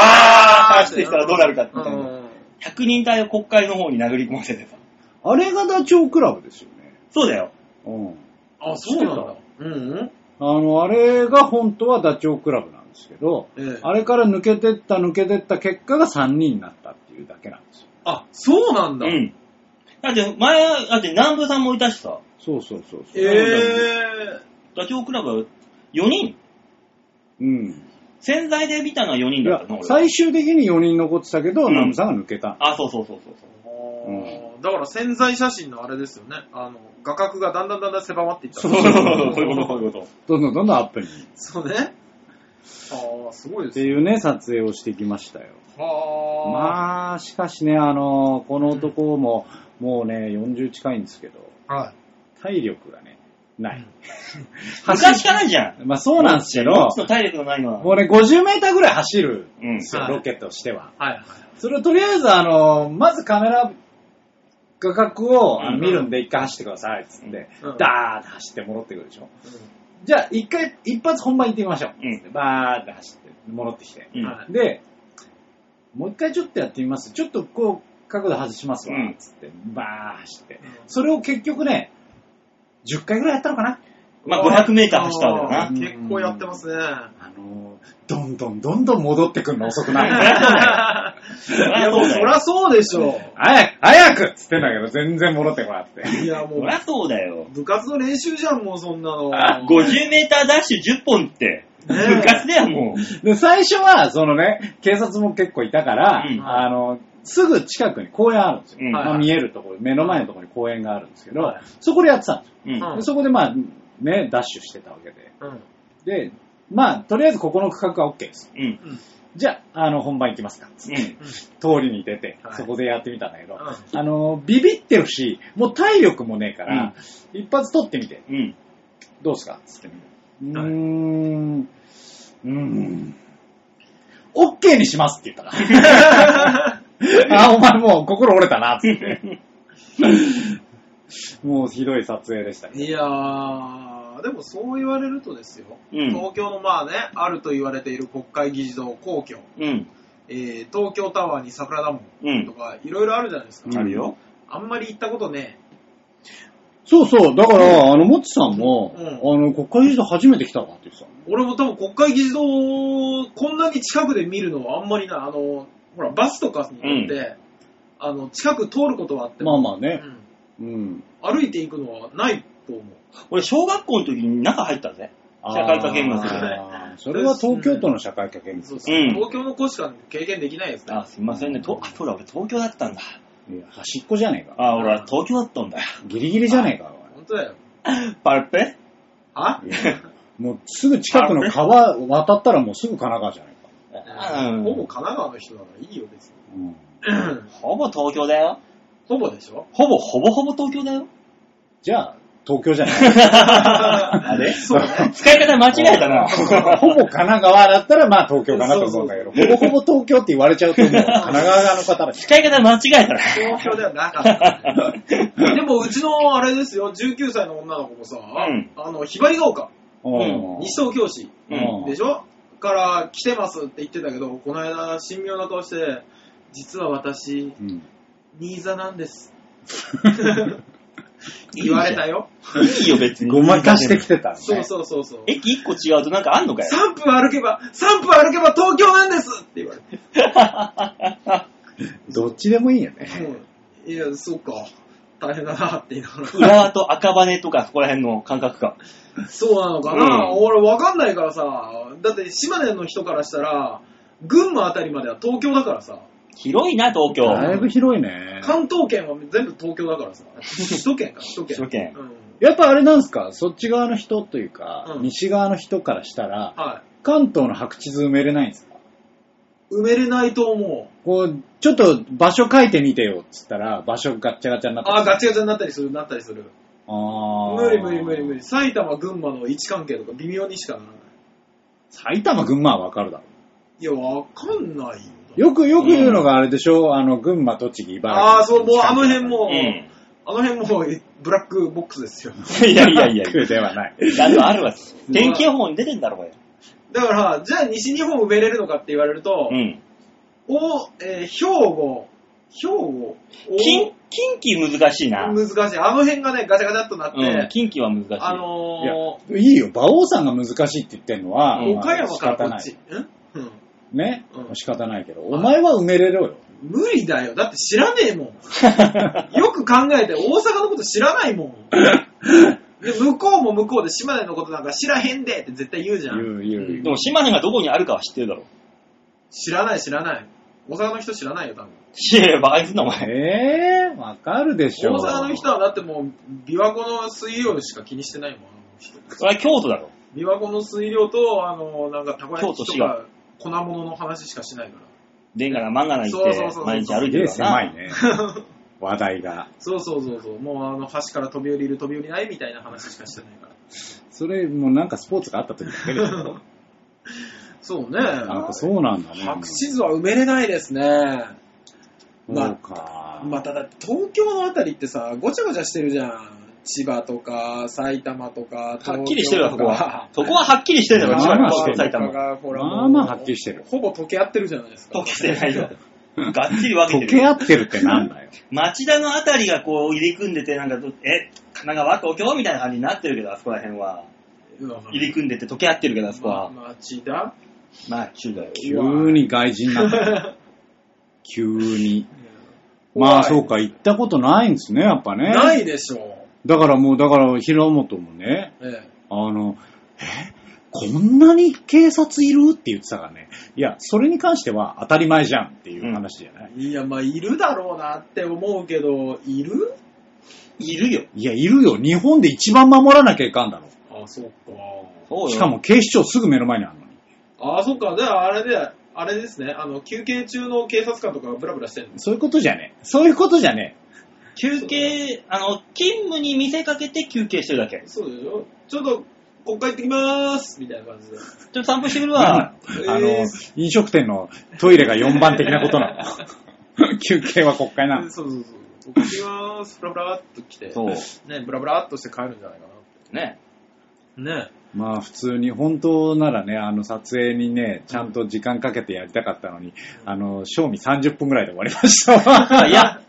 B: 走ってきたらどうなるかみたいな。
A: うん
B: 100人隊を国会の方に殴り込ませてさ。
C: あれがダチョウ倶楽部ですよね。
B: そうだよ。
C: うん。
A: あ、そうなんだ。うんうん。
C: あの、あれが本当はダチョウ倶楽部なんですけど、
A: ええ
C: あれから抜けてった抜けてった結果が3人になったっていうだけなんですよ。
A: あ、そうなんだ。
B: う
A: え
B: ん。だって前、だって南部さんもいたしさ、
C: そうそうそうそう。
A: え
B: ダチョウ倶楽部4人
C: うん。
B: 潜在で見たのは4人
C: い
B: だっ
C: や
B: たの、俺は。
C: 最終的に4人残ってたけど、
B: うん
C: ナムさんが抜けた。
B: あ、そうそうそうそうそう。
A: あーだから潜在写真のあれですよね。あの、画角がだんだんだんだん狭まっていった。
B: そうそうそう、そういうこと、そういうこと。
C: どんどんどんどんアップに。っ
A: そうね。ああ、すごいで
C: て
A: すね。
C: いうね、撮影をしてきましたよ。
A: は
C: まあ、しかしね、あの、この男も、もうね、40近いんですけど、
A: あ。はい。
C: 体力がね、ない。
B: 昔からじゃん。
C: まあそうなんですけ
B: も
C: ど
B: っ、と体力のないのは。
C: もうね、50メーターぐらい走る
B: うん
C: んですよ、
A: はい
C: ロケとしては。
A: はいはい。
C: それをとりあえず、あの、まずカメラ画角をあの
B: うん
C: 見るんで一回走ってください、っつって、
A: うん
C: ダーって走って戻ってくるでしょ。じゃあ一回、一発本番行ってみましょう。
B: うん
C: つってバーって走って、戻ってきて。
B: うん
A: はい
C: で、もう一回ちょっとやってみます。ちょっとこう、角度外しますわ
B: うん、
C: つって、バー走って
A: うん。
C: それを結局ね、10回ぐらいやったのかな
B: まあ500メーター走ったわけだ
A: あ
B: な。
A: ー結構やってますね。
C: あのー、どんどんどんどん戻ってくるの遅くなる。
B: そり
A: い
B: ゃ
A: や、
B: そ
A: も
B: う
A: う
B: だ
A: そ
B: よ。
A: らそうでしょ
C: 早く早くっつってんだけど、全然戻ってこなくて。
A: う。いや、も、
B: そうりゃそうだよ。
A: 部活の練習じゃん、もうそんなの。
B: 50メーターダッシュ10本って、
A: ねえ
B: 部活だよ、もう。
C: で、最初は、そのね、警察も結構いたから、
B: うん
C: あの、すぐ近くに公園あるんですよ。
B: うん
C: まあ見えるところ、目の前のところに公園があるんですけど、そこでやってたんですよ。
B: うん。
A: うん
C: でそこでまあ、ね、ダッシュしてたわけで。
A: うん。
C: で、まあ、とりあえずここの区画は OK です。
B: うん。
C: じゃあ、あの、本番行きますか。つっ
B: う
C: て
B: ん。
C: 通りに出て、
A: はい
C: そこでやってみたんだけど、
A: う
C: あの、ビビってるし、もう体力もねえから、一発取ってみて、
B: うん。
C: どうっすかつってみる。う
A: は
C: ー
A: い
C: ん、うーん、OK にしますって言ったから。 あ、お前もう心折れたな、つって。もうひどい撮影でしたね。
A: いやー、でもそう言われるとですよ。
B: うん
A: 東京のまあね、あると言われている国会議事堂、皇居、
B: うん。
A: えー東京タワーに桜田
B: う
A: 門とか、いろいろあるじゃないですか。
C: うん
B: あるよ。
A: あんまり行ったことね
C: そうそう、だから、あの、もちさんも、
A: うん
C: あの、国会議事堂初めて来たわって言ってたの
A: え。俺も多分国会議事堂をこんなに近くで見るのはあんまりない。あの、ほら、バスとかに乗って、あの、近く通ることはあって
C: まあ
A: も、
C: まあね。
A: うん
C: うん。
A: 歩いて行くのはないと思う。
B: 俺、小学校の時に中入ったぜ。社会科見学
A: で
C: あーそれは東京都の社会科見
A: そう。
C: 学
A: そう
B: うん
A: 東京の子しか経験できないですね。
B: あ、すいませんね。とあ、そうだ、俺東京だったんだ。
C: いや端っこじゃねえか。
B: あ、俺は東京だったん だよ。
C: ギリギリじゃねえか。
A: 本当だよ。
B: パルペ
A: あ
C: おいいや もうすぐ近くの川渡ったらもうすぐ神奈川じゃねえか。
B: うん。
A: ほぼ神奈川の人だからいいよ、 別に。
C: うん
B: ほぼ東京だよ。
A: ほぼでしょ
B: ほぼ、ほぼほぼ東京だよ。
C: じゃあ、東京じゃない。
A: あれ そうね。
B: 使い方間違えたな。
C: ほぼ神奈川だったら、まあ東京かなと思うんだけど、ほぼほぼ東京って言われちゃうと、もう神奈川側の方だし。
B: 使い方間違えたな。
A: 東京ではなかった。でも、うちの、あれですよ、19歳の女の子もさ、
B: ん
A: あの、ひばりが丘、
B: ん
A: 西東京市
B: うん
A: でしょから来てますって言ってたけど、この間、神妙な顔して、実は私、
C: うん
A: 新座なん です。言われたよ。
B: いいよ、別に。
C: ごまかしてきてたのね。
A: そうそうそうそう。
B: 駅一個違うとなんかあんのかよ。
A: 3分歩けば、3分歩けば東京なんですって言われて。
C: どっちでもいいよね。
A: うんいや、そうか。大変だなって言いながら。
B: 浦和と赤羽とかそこら辺の感覚か。
A: そうなのかな、
B: うん
A: 俺わかんないからさ。だって島根の人からしたら、群馬あたりまでは東京だからさ。
B: 広いな、東京。
C: だいぶ広いね。
A: 関東圏は全部東京だからさ。首都圏か、首都圏。
B: 首都圏
A: うん。
C: やっぱあれなんですかそっち側の人というか、
A: うん
C: 西側の人からしたら、
A: は
C: 関東の白地図埋めれないんですか
A: い。埋めれないと思う。
C: こう、ちょっと場所書いてみてよっつったら、場所ガッチャガチャになって
A: ああ、ガチガチになったりする、なったりする。
C: あー
A: 無理無理無理無理。埼玉、群馬の位置関係とか微妙にしかならない。
C: 埼玉、群馬はわかるだろ。
A: いや、わかんないよ。
C: よくよく言うのがあれでしょ、あの、群馬、栃木、茨城。
A: ああ、そう、もうあの辺も
B: う
A: う、
B: ん。
A: あの辺もうブラックボックスですよ。
B: いやいやいやい
C: 空ではない。
B: や。あるあるわ。天気予報に出てんだろ、これ。
A: だから、じゃあ西日本埋めれるのかって言われると、
B: うん。
A: お、えー兵庫、兵庫、お
B: 近、近畿難しいな。
A: 難しい。あの辺がね、ガチャガチャっとなって、
B: うん、近畿は難しい。
A: あ
C: いや
A: の
C: いいよ、馬王さんが難しいって言ってんのは、
A: ー
B: うん
A: 岡山からこ
C: ま
A: っ
C: あ
A: ち
C: 仕。
A: んうん
C: 方ない。ね、
A: うん
C: 仕方ないけど、お前は埋めれろよ。
A: 無理だよ。だって知らねえ もん。よく考えて、大阪のこと知らない もん。で向こうも向こうで島根のことなんか知らへんでって絶対言うじゃん。
C: 言う、言う、言う
B: でも島根がどこにあるかは知ってるだろ。
A: 知らない知らない。大阪の人知らないよ、多分。
B: いやいや、バカにすんな、お前。
C: ええー、わかるでし
A: 大
C: ょ。
A: 阪の人はだってもう、琵琶湖の水量しか気にしてないもん、あの人。
B: それは京都だろ。
A: 琵琶湖の水量と、あの、なんか、たこ焼
B: 京都
A: き
B: 市
A: と
B: が
A: か、粉物の話しかしないから。
B: でんがら漫画な行
A: そ
B: っ
A: うそうそ
B: て
A: うそ、う
B: 毎日歩いて
C: すげえ
B: るから
C: 狭
B: な。
C: いね。 話題が。
A: そうそうそうそう。もうあの、橋から飛び降りる、飛び降りないみたいな話しかしてないから。
C: それ、もうなんかスポーツがあった時だけで しょ
A: そうね。
C: なんかそうなんだね。
A: 白地図は埋めれないですね。
C: そうか。
A: まあ、ただ、東京のあたりってさ、ごちゃごちゃしてるじゃん。千葉とか、埼玉とか、
B: はっきりしてるわ、そこ
A: 東京と
B: は
A: か。。
B: そこははっきりしてる
C: ま
B: よ、
C: あ
B: 千
C: ま
B: 葉
C: あ
B: と埼
A: とか
B: 玉。
A: がほら
C: まあまあはっきりしてる
A: ほぼ溶け合ってるじゃないですか。
B: 溶けてないよ。がっちり分けて
C: 溶け
B: る。
C: 合ってるってなんだよ。
B: 町田のあたりがこう入り組んでて、なんかど、え、神奈川、東京みたいな感じになってるけど、あそこら辺は。入り組んでて溶け合ってるけど、あそこは。
A: 町田
B: まあ、中だよ。
C: 急に外人になった。 急に。
A: 怖い
C: まあそうか、行ったことないんですね、やっぱね。
A: ないでしょ
C: だからもう、だから、平本もね、
A: う。ええ
C: あの、えこんなに警察いるって言ってたからね。いや、それに関しては当たり前じゃんっていう話じゃない、
A: いや、まあ、いるだろうなって思うけど、いる
B: いるよ。
C: いや、いるよ。日本で一番守らなきゃいかんだろ。
A: あ、そっか。
B: そうよ。
C: しかも警視庁すぐ目の前にあるのに。
A: あ、そっか。で、あれで、あれですね。あの、休憩中の警察官とかがブラブラしてるんです。
C: そういうことじゃねえ。そういうことじゃね
B: 休憩、あの、勤務に見せかけて休憩してるだけ。
A: そうでしょちょっと、国会行ってきまーすみたいな感じで。
B: ちょっと散歩してくるわ。
C: え。あの
A: えー、
C: 飲食店のトイレが4番的なことな の。休憩は国会なの。
A: そうそうそう。国会行ってきまーす。ブラブラーっと来て。
B: そう。
A: ね、ブラブラーっとして帰るんじゃないか
B: ね。
A: な。ね。
C: まあ普通に、本当ならね、あの撮影にね、ちゃんと時間かけてやりたかったのに、あの、賞味30分ぐらいで終わりました わ。
B: いや、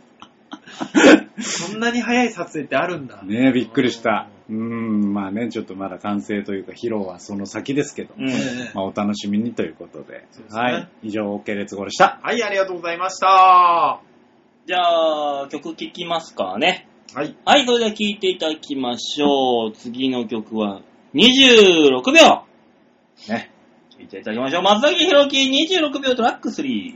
A: そんなに早い撮影ってあるんだ。
C: ねえ、びっくりした。うーん、まあね、ちょっとまだ完成というか、披露はその先ですけど、
B: うん
A: え。え
C: まあお楽しみにということで。
A: そうですね
C: はい。以上、OK 列号でした。
A: はい、ありがとうございました。は
B: じゃあ、曲聴きますかね。
A: い。
B: はい、それでは聴いていただきましょう。次の曲は、26秒ね。聴いていただきましょう。松崎弘樹26秒トラック3。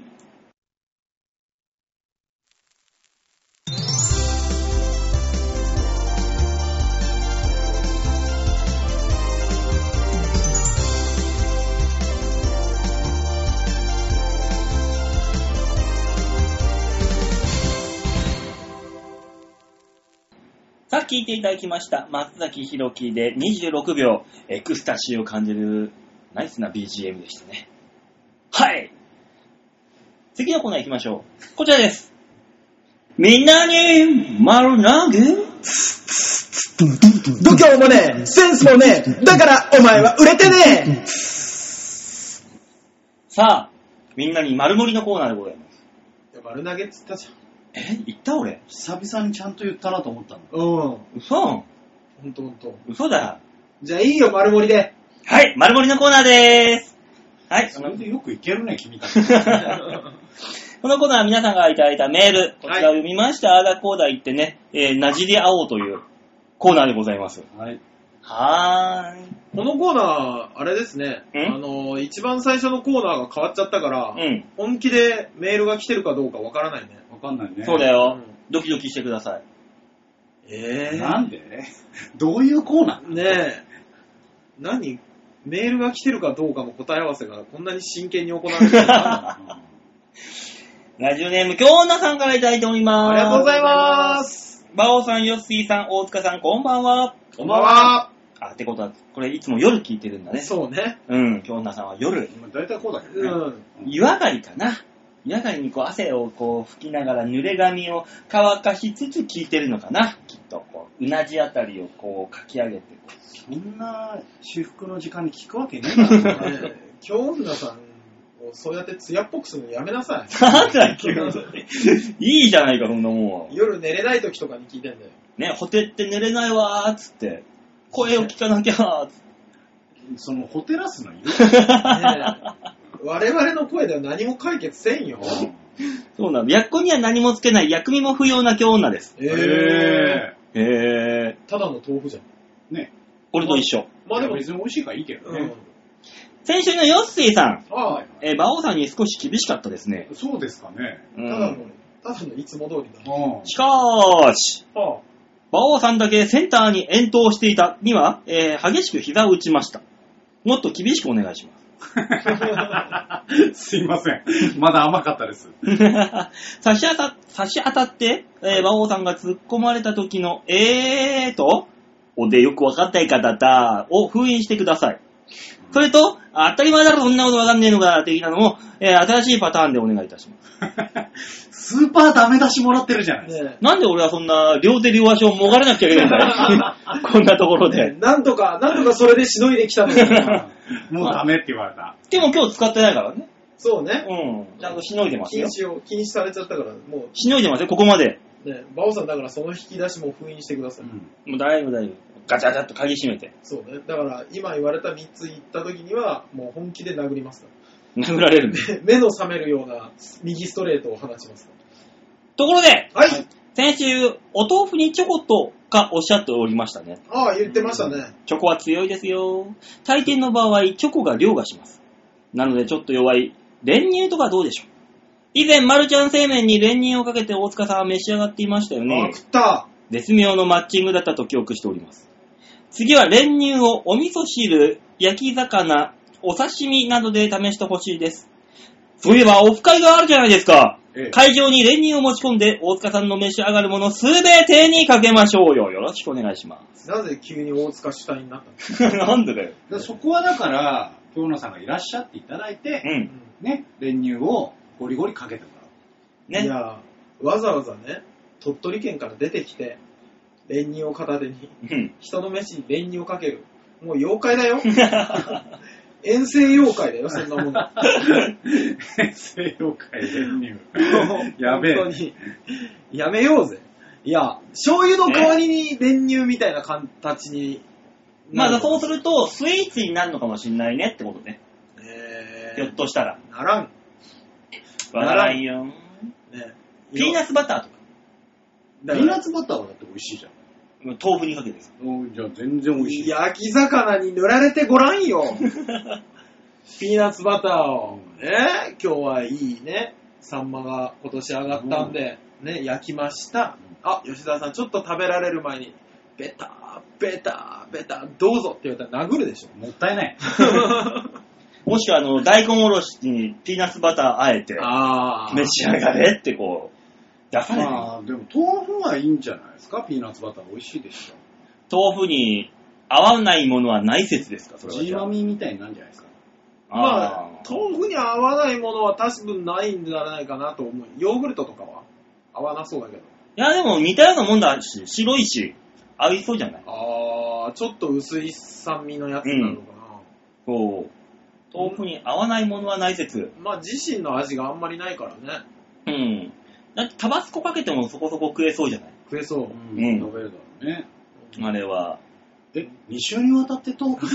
B: さあ、聴いていただきました。松崎弘樹で26秒、エクスタシーを感じる、ナイスな BGM でしたね。はい次のコーナー行きましょう。こちらです。みんなに丸投げ
D: 度胸もねえ、センスもねえ、だからお前は売れてね
B: さあ、みんなに丸盛りのコーナーでございます。
A: いや丸投げっつったじ
B: え言った俺
E: 久々にちゃんと言ったなと思ったの。
A: ゃん。うん。
B: 嘘
A: ほんとほんと。
B: 嘘だ。
A: じゃあいいよ、丸盛りで。
B: はい、丸盛りのコーナーでーす。はい。
C: それでよくいけるね、君 たち。
B: このコーナーは皆さんがいただいたメール、こちらを読みました、あーだこーだ言ってね、えー、なじり合おうというコーナーでございます。
E: はい。
B: はーい。
A: このコーナー、あれですね。
B: ん
A: あの、一番最初のコーナーが変わっちゃったから、
B: うん、
A: 本気でメールが来てるかどうかわからないね。
E: わかんないね。
B: そうだ
E: よ。
B: よ
A: うん。
B: ドキドキしてください。
A: ええ
C: なんでどういうコーナ
A: ねえ。何メールが来てるかどうかの答え合わせがこんなに真剣に行われてるの あ
C: ー
B: ラジオネーム、京奈さんからいただいております。
A: りがとうござい
B: す。
A: ます。
B: バオさん、ヨッシーさん、大塚さん、こんばんは。
A: こんばんは。
B: あ、ってことは、これいつも夜聞いてるんだね。
A: そうね。
B: うん、京奈さんは夜。
C: まあ大体こうだけど
A: う
C: ね。
A: ん。
B: 湯上がりかな。湯上がりにこう汗をこう拭きながら濡れ髪を乾かしつつ聞いてるのかな。きっと、こう、うなじあたりをこうかき上げて。
E: そんな私服の時間に聞くわけねえだ ろ。
A: ねえ京女さんをそうやって艶っぽくするのやめなさ い。
B: なんだ急に。いいじゃないか、そんなもんは。
A: 夜寝れない時とかに聞いてんだよ。
B: ね、ホテって濡れないわーっつって。声を聞かなきゃーっつって。
C: その、ホテラスの 色
A: ねえ我々の声では何も解決せんよ。
B: そうなんだ。薬庫には何もつけない薬味も不要な京女です。
A: え
C: え
B: へえ。
A: ただの豆腐じゃん。
B: 俺と一緒。
A: まあでも、
C: 別に美味しいからいいけど
A: う
C: ね
A: ん。。
B: 先週のヨッシーさん、
A: ああ、
B: えー、馬王さんに少し厳しかったですね。
C: そうですかね。
B: う
A: ただの
B: ん。、
A: ただのいつも通りだ。
C: うん
B: しかーし、
A: ああ
B: 馬王さんだけセンターに遠投していたには、えー激しく膝を打ちました。もっと厳しくお願いします。
C: すいません。 まだ甘かったです。
B: 差し当た、差し当たって、えー馬王さんが突っ込まれた時の、えーと、おでよくわかったい方だ、を封印してください。それと、当たり前だろ、そんなことわかんねえのか、的なのも、えー新しいパターンでお願いいたします。
C: スーパーダメ出しもらってるじゃないですか。
A: ね
B: なんで俺はそんな、両手両足をもがれなきゃいけないんだ よ。こんなところ
A: えね
B: で
A: え。なんとか、なんとかそれでしのいでき たのに。
C: もうダメって言われた。
B: でも今日使ってないからね。
A: そうね。
B: うん。ちゃんとしのいでます
A: 禁
B: よ。
A: 止を、禁止されちゃったから、も
B: しのいでますよ、ここまで。
A: う、ね、バオさんだからその引き出しも封印してください。
B: もう大丈夫大丈夫。ガチャガチャっと鍵閉めて。
A: そうね。だから、今言われた3つ言った時には、もう本気で殴りますか
B: 殴られるんで。
A: ら。目の覚めるような右ストレートを放ちますか
B: ところで、
A: ら。はい。
B: 先週、お豆腐にチョコとかおっしゃっておりましたね。
A: ああ、言ってましたね。
B: チョコは強いですよ。大抵の場合、チョコが凌駕します。なのでちょっと弱い、練乳とかどうでしょう以前、マルちゃん製麺に練乳をかけて大塚さんは召し上がっていましたよ
A: あ
B: ね
A: あ、。食った。
B: 絶妙のマッチングだったと記憶しております。次は練乳をお味噌汁、焼き魚、お刺身などで試してほしいです。そういえば、オフ会があるじゃないですか。
C: ええ
B: 会場に練乳を持ち込んで、大塚さんの召し上がるものすべてにかけましょうよ。よろしくお願いしま
A: なぜ急に大塚主体になったの
B: す。 なんでだよ。
C: でそこはだから、京野さんがいらっしゃっていただいうて、
B: ん。
C: ね、練乳をゴリゴリかけてもら
A: い
C: う。
B: ね。
A: や、わざわざね、鳥取県から出てきて、練乳を片手に、
B: うん。
A: 人の飯に練乳をかける。もう妖怪だよ。 遠征妖怪だよ、そんなもの。
C: 西洋界 練
A: もう
C: 乳。やべえ。
A: 本当に。やめようぜ。いや、醤油の代わりに練乳みたいな形に。
B: まあ、そう
A: う。
B: すると、スイーツになるのかもしんないねってことね。
A: え
B: ひょっとしたら。
A: ー、ならん。
B: わからんよ。
A: ね、
B: ピーナ
A: ッ
B: ッ
A: ツ。
B: ツバターとか。
A: だ
C: ピーナッ
A: か
C: ツバターはだって美味しいじゃん。
B: 豆腐にかけて さ。
C: うんじゃあ全然美
A: ら
C: 味しい。
A: 焼き魚に塗られてごらんよ。ピーナッツバターを。ね、今日はいいね。サンマが今年上がったんで、ね、焼きました。あ、吉沢さん、ちょっと食べられる前に、ベター、ベター、ベター、どうぞって言われたら殴るでしょ。
C: もったいない。
B: もしくは、あの、大根おろしにピーナッツバターあえて、
A: あー
B: 召し上がれってこう、出される。
C: まあ、でも豆腐はいいんじゃないですかピーナッツバター美味しいでしょ。
B: 豆腐に合わないものはない説ですか、それは
C: ジ
B: じ
C: ー
B: ゃあ。
C: マミーみたいになるんじゃないですか
A: まあ
B: あ、ー
A: 豆腐に合わないものは多分ないんじゃないかなと思う。ヨーグルトとかは合わなそうだけど。
B: いや、でも似たようなもんだし、白いし、合いそうじゃない
A: あー、ちょっと薄い酸味のやつなのかな。
B: こう、豆腐に合わないものはない説。
A: まあ自身の味があんまりないからね。
B: うん。だってタバスコかけてもそこそこ食えそうじゃない
A: 食えそう。
B: うん
C: 食べるだろうね。
B: あれは。
C: え、2週にわたって豆腐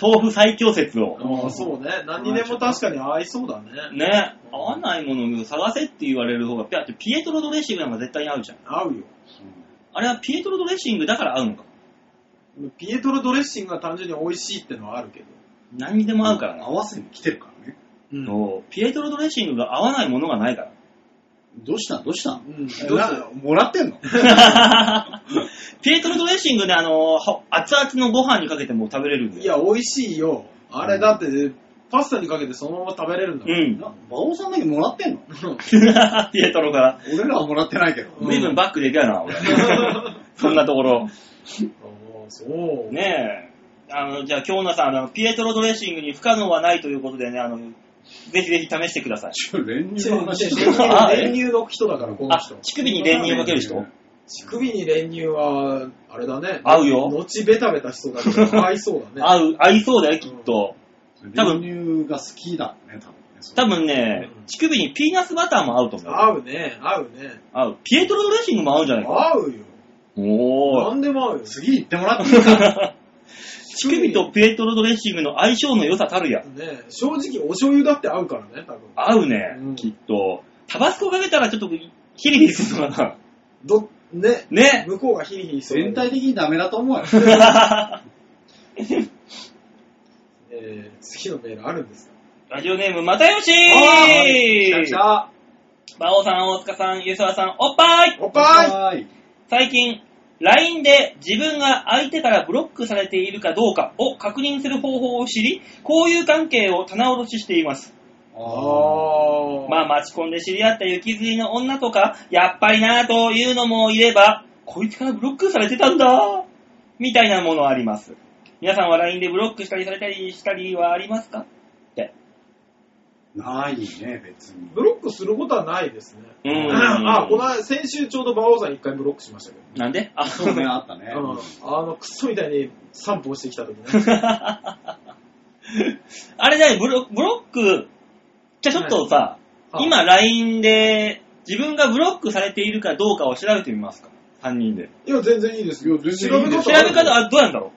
B: 豆腐最強説を。
A: あーそうね。何にでも確かに合いそうだね。
B: ね、合わないものを探せって言われる方が、だってピエトロドレッシングなんか絶対に合うじゃん。
A: 合うよ。
B: あれはピエトロドレッシングだから合うのか。
A: ピエトロドレッシングが単純に美味しいってのはあるけど。
B: 何にでも合うからな
C: 合。わせに来てるからね。
A: うん。うん
B: そうピエトロドレッシングが合わないものが ないから。
C: どうしたんどうしたん
A: どうし
C: なもらってんの
B: ピエトロドレッシングね、あの、は熱々のご飯にかけても食べれるんで。
A: い、や、美味しいよ。あれだって、パスタにかけてそのまま食べれるんだ
B: う
A: もん。
B: ん。
C: な馬王さんだけもらってんの
B: ピエトロから。
C: 俺らはもらってないけど。
A: うん
B: 随分バックできやな、 俺。そんなところ。
A: あーそう。
B: ねえ。あの、じゃあ、京奈さん、あの、ピエトロドレッシングに不可能はないということでね、あの、ぜひぜひ試してください。
C: ちょ練
A: ち
C: 乳の
A: ょ
C: 話
A: 練
C: して
A: 乳
C: る
B: あえ
A: 練乳の人だから、この
B: あ
A: 人、。
B: 乳首に練乳をかける人
A: 乳首に練乳は、あれだね。
B: 合うよ
A: 後ベタベタしそうだけど、合いそうだね。
B: 合う、合いそうだよ、きっと。多分
C: 練乳が好きだね、多分ね。
B: 多分ね、乳首にピーナッツバターも合うと思う。
A: 合うね、合うね。
B: 合う。ピエトロドレッシングも合うんじゃないか。
A: 合うよ。
B: おー。
A: 何でも合うよ。
C: 次行ってもら っていいか
B: 乳首とピエトロドレッシングの相性の良さたるや。
A: ね、正直お醤油だって合うからね、多分。
B: 合うね、
A: うん
B: きっと。タバスコかけたらちょっとヒリヒリするのかな。
A: ど、 ね、
B: ね。
A: 向こうがヒリヒリする。
C: 全体的にダメだと思うよ。
A: えー、次のメールあるんですか
B: ラジオネーム、またよし
A: 来た来
B: ー
A: た
B: 馬王さん、大塚さん、ゆすわさん、おっぱい
A: おっぱい
C: い
B: 最近、 LINE で自分が相手からブロックされているかどうかを確認する方法を知り、交友関係を棚卸ししています。
A: あ
B: まあ、待ち込んで知り合った雪釣りの女とか、やっぱりなぁというのもいれば、こいつからブロックされてたんだみたいなものあります。皆さんは LINE でブロックしたりされたりしたりはありますかって。
C: ないね、別に。
A: ブロックすることはないですね。
B: うん
A: あ、この間、先週ちょうど馬王さん一回ブロックしましたけど。
B: なんであ、
C: そうね、あったね。
A: うんあの、クソみたいに散歩をしてきた時ね。
B: あれだよ、ブロブロック、じゃあちょっとさ、
A: は い
B: 今 LINE で自分がブロックされているかどうかを調べてみますか ?3 人で。
A: いや、全然いいですよ。調べ
B: 調べ
A: 方ある
B: 方、あ、どうなんだろ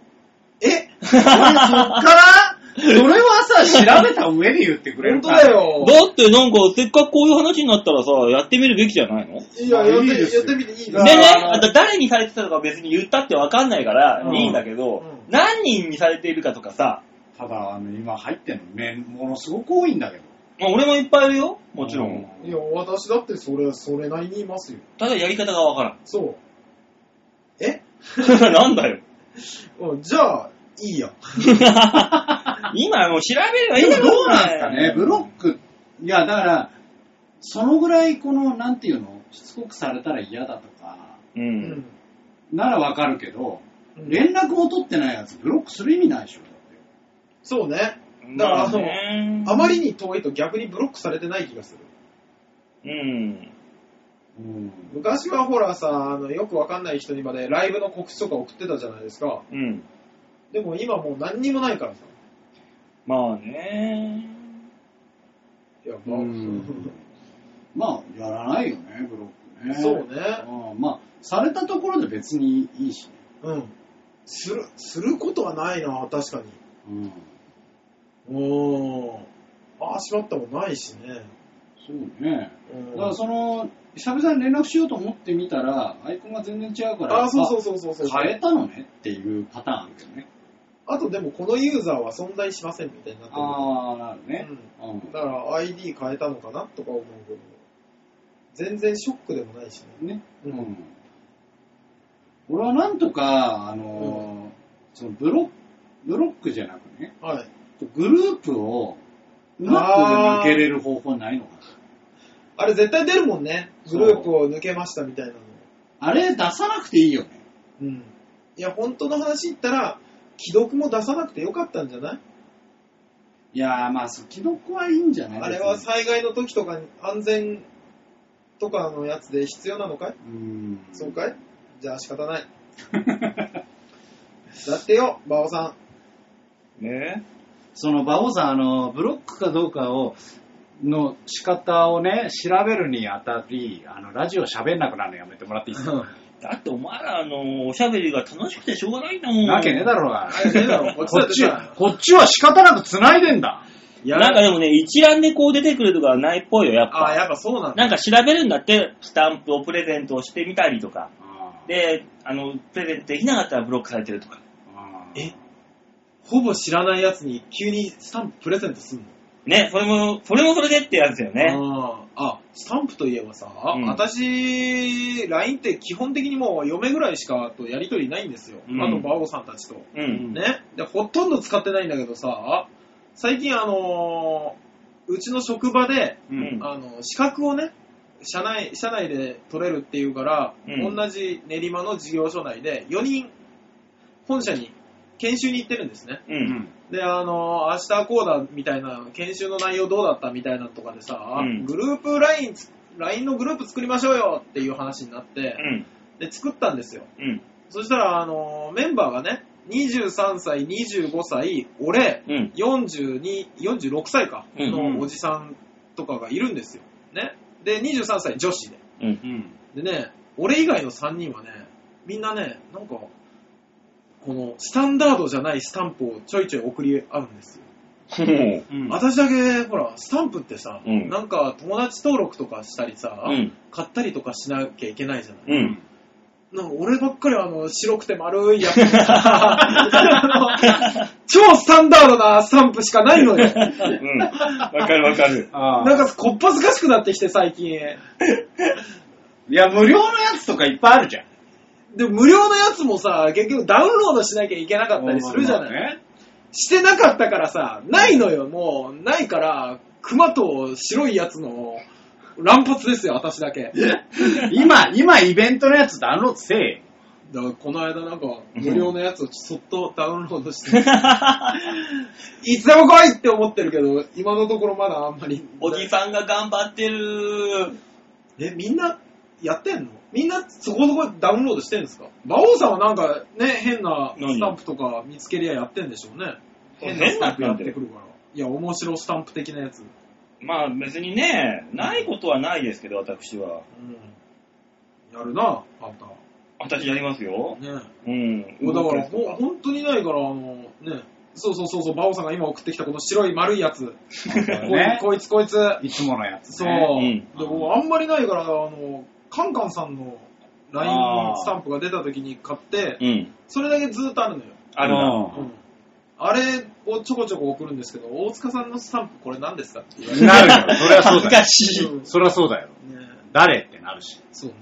A: え
C: からそれはさ、調べた上で言ってくれ
A: 本
C: る
A: 当
C: から。
A: だ
B: う
A: よ。
B: だってなんか、せっかくこういう話になったらさ、やってみるべきじゃないので
A: いや、やっ
C: いい
A: て
C: です
A: や
C: よ
A: ってみていいです
C: あー
B: ね、あと誰にされてたとか別に言ったってわかんないから、
A: うん
B: いいんだけど、
A: うん
B: 何人にされているかとかさ、
C: ただ、あの、今入ってんの、めものすごく多いんだけど。
B: まあ、俺もいっぱいいるよ、もちろん。
C: う
A: いや、私だってそれ、それなりにいますよ。
B: ただやり方がわからん
A: そう。え。
B: なんだよ。
A: うんじゃあ、いいや。
B: 今もう調べればいい
C: で
B: んだ
C: も
B: ろ
C: どうなんですかね、ブロック。いや、だから、そのぐらい、この、なんていうの、しつこくされたら嫌だとか、
B: う。。
A: うん
C: ならわかるけど、
A: うん
C: 連絡を取ってないやつ、ブロックする意味ないでしょ。だっ
A: そうね。
B: だ
A: だ
B: か、
A: からら
B: あ
A: あの
B: の、
A: あまりに遠いと逆にブロックされてない気がする。
B: うん。
C: てうん。
A: 昔はほらさ、あの、よくわかんない人にまでライブの告知とか送ってたじゃないですか。
B: うん。
A: でも今もう何にもないからさ。
B: まあね。
A: いや、まあ、
C: うんまあ、やらないよね、ブロ ックね。
A: そうね。
C: うんまあ、されたところで別にいいしね。
A: うん。する、することはないな、確かに。
C: うん。
A: おー。ああ、しまったもないしね。
C: そうね。
A: うん
C: だからその、久々に連絡しようと思ってみたら、アイコンが全然違うから、
A: ああ、そうそうそうそうそう。
C: あ変えたのねっていうパターンあるけどね。
A: あとでもこのユーザーは存在しませんみたいになってる。
C: ああ、なるね。うん
A: うん、だから ID 変えたのかなとか思うけど、全然ショックでもないしね。
C: ね。
A: う
C: うんん。俺はなんとか、あのーそのブロック、ブロックじゃなくね、
A: はい。
C: グループをうまく抜けれる方法ないのかな。
A: あれ絶対出るもんね。グループを抜けましたみたいなの。
C: あれ出さなくていいよね。
A: うん。いや、本当の話言ったら、既読も出さなくてよかったんじゃない
C: いやー、まあ、そ既読はいいんじゃない
A: あれは
C: 別に
A: 災害の時とかに安全とかのやつで必要なのかい
C: うん。
A: そうかいじゃあ仕方 ない。だってよ、馬尾さ
B: ね
C: その、馬王さん、あの、ブロックかどうかを、の仕方をね、調べるにあたり、あの、ラジオ喋んなくなるのやめてもらっていいですか
B: だってお前ら、あの、おしゃべりが楽しくてしょうがないんだもん。
C: なわけねえだろ
A: ん。
C: うが。
A: あれ出るだろ、こっち
C: こ
A: だ
C: っち
A: っ
C: は、こっちは仕方なく繋いでんだ。
A: て
B: なんかでもね、一覧でこう出てくるとかはないっぽいよ、やっ
A: ああ、
B: ぱ。
A: やっぱそうなんだ。
B: なんか調べるんだって、スタンプをプレゼントをしてみたりとか。で、あの、プレゼントできなかったらブロックされてるとか。
A: えほぼ知らないやつに急にスタンププレゼントすんの
B: ね、それも、それもそれでってやつだよね。
A: あーあ、スタンプといえばさ、
B: うん
A: 私、LINE って基本的にもう嫁ぐらいしかとやりとりないんですよ。
B: うん
A: あと、馬王さんたちと。
B: うん。
A: ね。で、ほとんど使ってないんだけどさ、最近あのーうちの職場で、
B: うん
A: あの、資格をね、社内、社内で取れるっていうから、
B: うん
A: 同じ練馬の事業所内で4人、本社に研修に行ってるんですね。
B: う。
C: うんん。
A: で、あの、明日こうだみたいな、研修の内容どうだったみたいなのとかでさ、
B: うん
A: グループ LINE、LINE のグループ作りましょうよっていう話になって
B: う、ん。
A: で、作ったんですよ。
B: うん。
A: そしたら、あの、メンバーがね、23歳、25歳、俺、
B: うん。
A: 42、46歳か、
B: うん
A: のおじさんとかがいるんですよ。ね。で、23歳女子で。
B: うん。
C: うん。
A: でね、俺以外の3人はね、みんなね、なんか、この、スタンダードじゃないスタンプをちょいちょい送り合うんですよ。
B: ほう
C: うん。
A: 私だけ、ほら、スタンプってさ、
B: うん
A: なんか友達登録とかしたりさ、
B: うん。
A: 買ったりとかしなきゃいけないじゃない。
B: うん。
A: なんか俺ばっかりあの、白くて丸いやつ あの超スタンダードなスタンプしかないのよ。な
B: うん。わかるわかる。
C: あ
A: ん
C: あ。
A: か、こっぱずかしくなってきて、最近。
C: いや、無料のやつとかいっぱいあるじゃん。
A: でも無料のやつもさ、結局ダウンロードしなきゃいけなかったりするじゃない。
C: ね。
A: してなかったからさ、ないのよ、もう。ないから、熊と白いやつの乱発ですよ、私だけ。
C: 今、今イベントのやつダウンロードせえよ。
A: だからこの間なんか、無料のやつをそっとダウンロード して、 いつでも来いって思ってるけど、今のところまだあんまり。
B: おじさんが頑張ってる。
A: え、みんな、やってんのみんなそこそこダウンロードしてんですか馬王さんはなんかね、変な
B: 何
A: スタンプとか見つけりゃやってんでしょうね。
B: 変な
A: スタンプやっ
B: 感
A: て
B: じ
A: くるから。いや、面白スタンプ的なやつ。
B: まあ別にね、ないことはないですけど、私は。
A: うん。やるな、あんた。
B: 私やりますよ。
A: ね。
B: うん。
A: もうだから、
B: 動
A: ほ
B: く
A: 本当にないから、あの、ね。そうそうそうそう、馬王さんが今送ってきたこの白い丸いや つ。こい
C: ね
A: こいつこいつ。
C: いつものやつ、ね。
A: そう。
B: ん
A: で僕あんまりないから、あの、カンカンさんの LINE スタンプが出た時に買って
B: やつ、うん。
A: それだけずーっとあるのよ。
B: あるな。
C: うん
A: あれをちょこちょこ送るんですけど、大塚さんのスタンプこれ何ですかって言われて。
C: なるよ。そりゃそうだよ。
B: し
A: うん
C: そりゃそうだよ。
A: ね
C: 誰ってなるし。
A: そうね。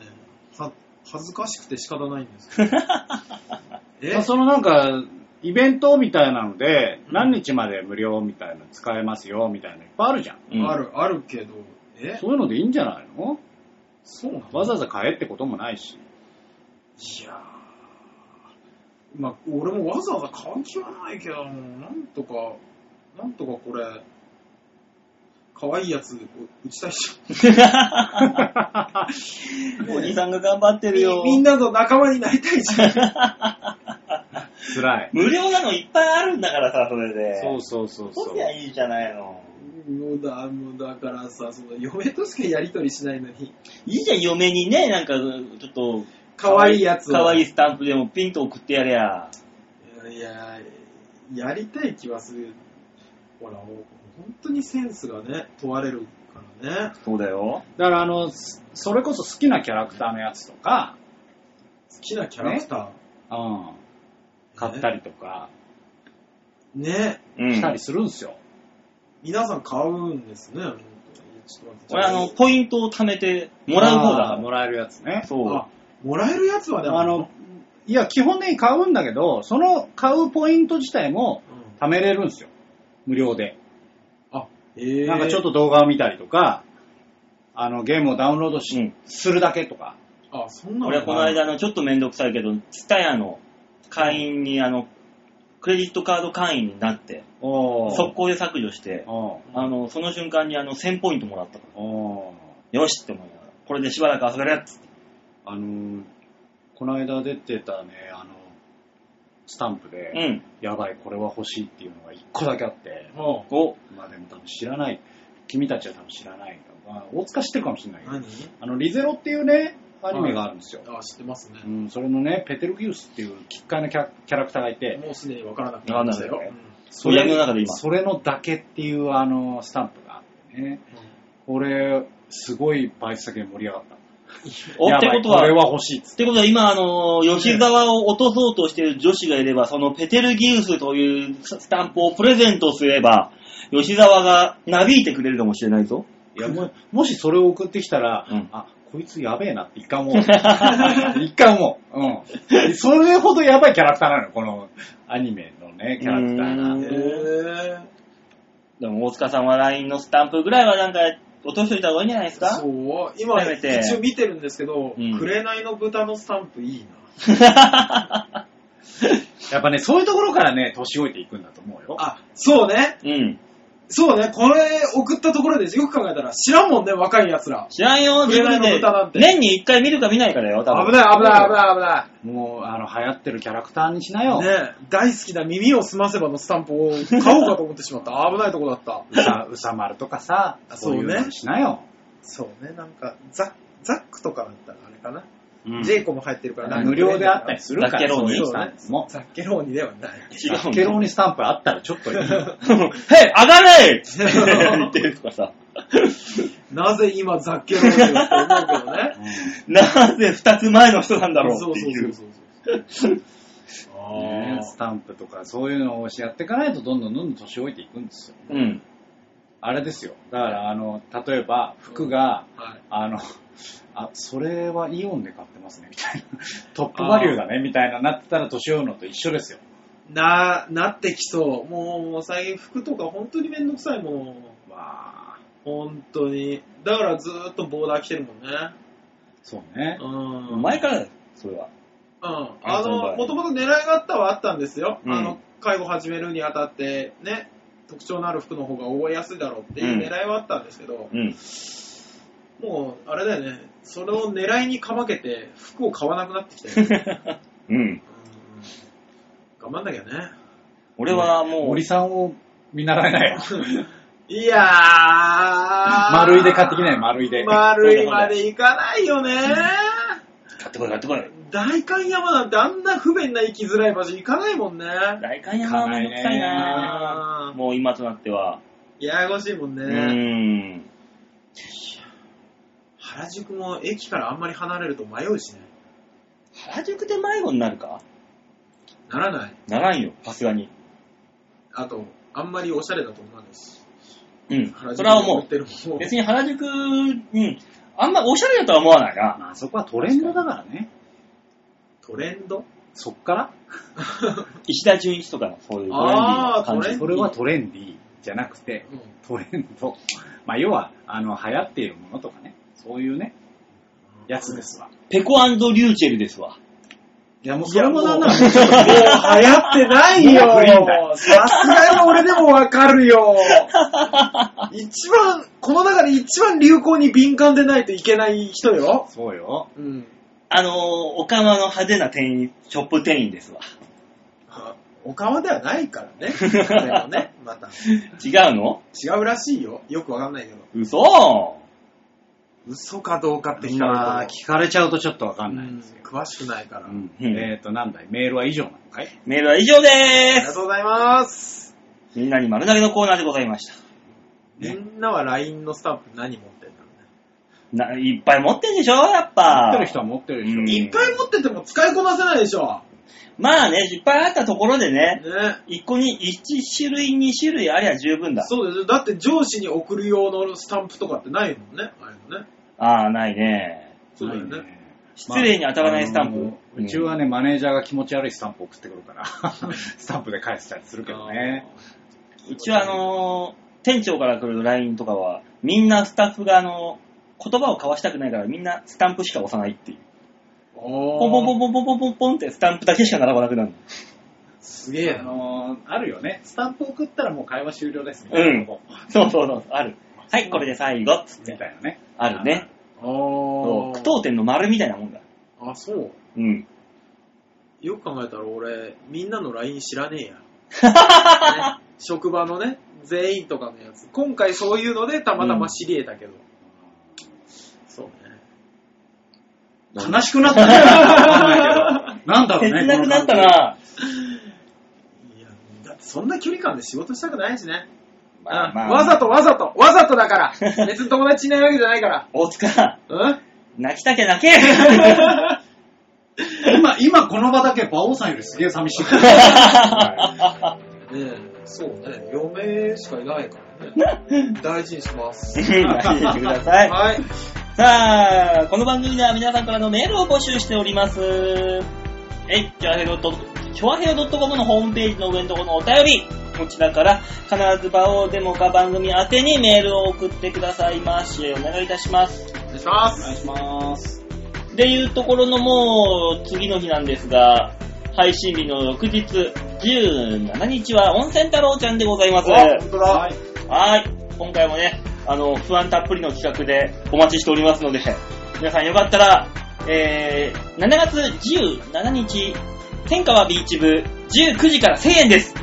A: は恥ずかしくて仕方ないんですけど。え
C: まあそのなんか、イベントみたいなので、
A: うん
C: 何日まで無料みたいな、使えますよみたいな、いっぱいあるじゃん。
B: うん
A: あ。る、あるけど、え
C: そういうのでいいんじゃないの
A: そうなの
C: わざわざ買えってこともないし。
A: いやー、まあ、俺もわざわざ買う気はないけど、なんとか、なんとかこれ、可愛いやつ打ちたいっし
B: おじさんが頑張ってる
A: ょ。
B: よ。
A: みみんなと仲間になりたいじゃん。
C: 辛い。
B: 無料なのいっぱいあるんだからさ、それで。
C: そうそうそうそ
B: そうり。ゃいいじゃないの。
A: もうだ、もうだからさ、その嫁としかやりとりしないのに、
B: いいじゃん、嫁にね、なんか、ちょっと、
A: 可愛いやつを
B: 可愛いスタンプでもピンと送ってやりゃ。
A: いや、やりたい気はする。ほら、もう本当にセンスがね、問われるからね。
B: そうだよ。
C: だからあの、そそれこそ好きなキャラクターのやつとか、
A: 好きなキャラクター。
C: うん、買ったりとか、
A: ね、
B: うん。
C: したりするんすよ。
A: 皆さん買うんですね。本当にちょっと待って
B: 俺、あの、ポイントを貯めて、もらう方だ
C: あーもらえるやつね。
B: そう
A: あ。、もらえるやつはね、
C: あの、いや、基本的に買うんだけど、その買うポイント自体も
A: うん、
C: 貯めれるんですよ。無料で。
A: あ、えー、
C: なんかちょっ、と動画を見たりとか、あの、ゲームをダウンロードし、
B: うん
C: するだけとか。
A: あ、そんな
B: 俺はこの間、あの、ちょっとめんどくさいけど、ツタヤの会員に、あの、クレジットカード会員になって、
C: お
B: 速攻で削除して、
C: お
B: あの、その瞬間にあの、1000ポイントもらったか
C: ーおー
B: ら、よしって思いながら、これでしばらく遊べるやつって。
C: あのー、この間出てたね、あの、スタンプで、
B: うん。
C: やばい、これは欲しいっていうのが一個だけあって、
A: は
B: お、
C: まあでも多分知らない、君たちは多分知らない、まあ、大塚知ってるかもしれないけど、
A: 何
C: あの、リゼロっていうね、アニメがあるんですよ。
A: あ、知ってますね
C: う。ん、それのね、ペテルギウスっていう奇怪なキャキャラクターがいて、
A: もうすでにわからなくなりましたよ。
C: わから
A: うん
C: そ
B: 売り上
C: れ
B: げの中で今。
C: それのだけっていうあの、スタンプがあってね、俺、すごいバイト先で盛り上がった。
B: お
C: や
B: って
C: ばい
B: ことは、
C: これ
B: っ
C: は欲しいっつって
B: ことは今、あの、吉沢を落とそうとしている女子がいれば、そのペテルギウスというスタンプをプレゼントすれば、吉沢がなびいてくれるかもしれないぞ。
C: て。いや、ももしそれを送ってきたら、
B: うん
C: あ、こいつやべえなって一回思う。一回思う。うん。それほどやばいキャラクターなのよこのアニメのね、キャラクターが。
B: う
A: え
B: ん
A: ー、
B: でも、大塚さんは LINE のスタンプぐらいはなんか、落としといた方がいいんじゃないですか
A: そう今、
B: せめて
A: 一応見てるんですけど、
B: うん
A: 紅の豚のスタンプいいな。
C: やっぱね、そういうところからね、年老いていくんだと思うよ。
A: あ、そうね。
B: うん。
A: そうね。これ送ったところでよく考えたら知らんもんね、若い奴ら。
B: 知らんよ、自分
A: 紅の
B: で
A: 豚なん。て
B: 年に一回見るか見ないかだよ、多分。
A: 危ない、危ない、危ない、
C: もう、あの、流行ってるキャラクターにしな
A: 危
C: よ。
A: ない。ね大好きな耳を澄ませばのスタンプを買おうかと思ってしま った。危ないとこだった。
C: うさ、うさ丸とかさ、
A: あ
C: そう
A: そ
C: いう
A: うね
C: のにしなよ。
A: そうね、なんか、ザザックとかだったらあれかな。
C: うん
A: ジェイコも入ってるから、なんか
C: 無料であったりするか
B: ザッケ
C: ら、
B: ロー
C: そう
B: ニ
C: いうス
A: そう
C: タ
A: ね
C: ンプも。
A: ザッケローニではない。
B: 違うんだ
C: ザッケローニスタンプあったらちょっといい。
B: へ い、上がれ言ってるとかさ。
A: なぜ今ザッケローニをって思うけどね。
B: なぜ二つ前の人なんだろ
A: そうう
B: って
A: そう
B: い
A: そう
B: う。
A: そう。
C: ね
A: あ
C: スタンプとかそういうのをやっていかないとどんどんどんどん年老いていくんですよ。
B: うん。
C: あれですよ。だから、あの、例えば服が、
A: あ。はい。
C: あの、あ、それはイオンで買ってますね、みたいな。トップバリューだね、みたいな、なってたら年を追うのと一緒ですよ。
A: な、なってきそう。もう、最近服とか本当にめんどくさいもん。
C: わ
A: 本当に。だからずーっとボーダー着てるもんね。
C: そうね。
A: うん。
B: 前からだよ、それは。
A: うん。
B: あ
A: あ
B: そうだ
A: の、
B: よ
A: もともと狙いがあったはあったんですよ。
B: うん
A: あの、介護始めるにあたって、ね、特徴のある服の方が覚えやすいだろうっていう狙いはあったんですけど、
B: うん。
A: もう、あれだよね、それを狙いにかまけて、服を買わなくなってきた よね、
B: うん。
A: うん。頑張んなきゃね。
B: 俺はもう、
C: 森さんを見習えないよ。
A: いやー。
C: 丸いで買ってきない、丸いで。
A: 丸いまでいかないよね。
B: 買ってこい、買ってこい。
A: 大観山なんてあんな不便な行きづらい場所行かないもんね。
B: 大観山はめんどくさいな
A: あー
B: もう今となっては。
A: ややこしいもんね。
B: うーん。
A: 原宿も駅からあんまり離れると迷うしね。
B: 原宿で迷子になるか
A: ならない。
B: ならんよ、さすがに。
A: あと、あんまりおしゃれだと思わないし。
B: うん
A: 原。宿
B: それは
A: 売
B: も
A: ってるも
B: う、
A: ん
B: 別に原宿、うん。あんまおしゃれだとは思わないな。
C: まあそこはトレンドだからね。
A: トレンド
C: そっから
B: 石田純一とかのそういうトレンディーな感
A: あートレン
B: じ。
A: ディ
C: それはトレンディーじゃなくて、
A: うん。
C: トレンド。まあ要は、あの、流行っているものとかね。そういうね、やつですわ。
B: ペコリューチェルですわ。
C: いやもう
A: それもなんなら
C: もうちょっと
A: もう流行ってないよ
C: もう古いんだ。
A: さすがに俺でもわかるよ。一番、この中で一番流行に敏感でないといけない人よ。
C: そうよ。
A: うん。
B: あのー、おかまの派手な店員、ショップ店員 ですわ。
A: あお顔ではないからね。これもね、また。
B: 違うの
A: 違うらしいよ。よくわかんないけど。
B: 嘘
A: 嘘かどうかって聞か
C: ま
A: れ
C: あ
A: ると
C: 聞かれちゃうとちょっとわかんないんですけど。
A: 詳しくないから。
C: うん
B: うん
C: えっ、と、なんだい、メールは以上なのかい
B: メールは以上
A: あ
B: で
A: り
B: ー
A: が
B: す。
A: とうございます。
B: みんなに丸投げのコーナーでございました。
A: みんなは LINE のスタンプ何持ってんだろうね。
B: ないっぱい持ってんでしょやっぱ。
C: 持ってる人は持ってるでしょ。
B: うん
A: いっぱい持ってても使いこなせないでしょ。
B: まあね、いっぱいあったところでね、
A: ね。
B: 一個に1種類、2種類ありゃ十分だ。
A: そうですよだって上司に送る用のスタンプとかってないもんね。あれもね。
B: ああ、ないね。
A: そうだよね。
C: ね
B: 失礼に当たらないスタンプ。
C: まああのうちはね、マネージャーが気持ち悪いスタンプ送ってくるから、 スタンプで返したりするけどね。
B: うちはあのー店長から来る LINE とかは、みんなスタッフがあのー言葉を交わしたくないからみんなスタンプしか押さないっていう。
A: あー。お
B: ポンポンポンポンポンポンポンポンってスタンプだけしか並ばなくなる。
A: すげえな。
C: あのーあるよね。スタンプ送ったらもう会話終了ですみたいなとこ。
B: そうそうそう、ある。はい、これで最後っつっ
C: み
B: て。
C: たいなね。
B: あるね。
A: あー
B: そう句読点の丸みたいなもんだ。
A: あ、そう。
B: うん。
A: よく考えたら俺、みんなの LINE 知らねえ や。ね職場のね、全員とかのやつ。今回そういうのでたまたま知り得たけど。そうね。
C: 悲しくなっ たね。なんだろう
B: 切
C: ね。
B: なくなった
C: こ
B: な。
C: の感
A: いや、だってそんな距離感で仕事したくないしね。
B: まあまあ
A: うんわざとわざと、わざとだか ら。別に友達いないわけじゃないから。
B: 大塚、
A: うん
B: 泣きたけ泣 け
C: じ。今、今この場だけ馬王さんよりすげえ寂しい。
A: ねえ、そうね、嫁しかいないから ね。大事にします。
B: 泣いてください。
A: はい。
B: さあ、この番組では皆さんからのメールを募集しております。えい、ちょあへろと、ちょあへろ .com のホームページの上のところのお便り、こちらから必ず場をデモか番組宛てにメールを送ってくださいまし。お願いいたします。
A: お願いしま
C: お願い
A: す。
C: します。
B: でいうところのもう次の日なんですが、配信日の翌日、17日は温泉太郎ちゃんでございます。
A: あ、本当だ。
C: はい。
B: はい。今回もね、あの、不安たっぷりの企画でお待ちしておりますので、皆さんよかったら、えー、7月17日、天川ビーチ部、19時から1000円です。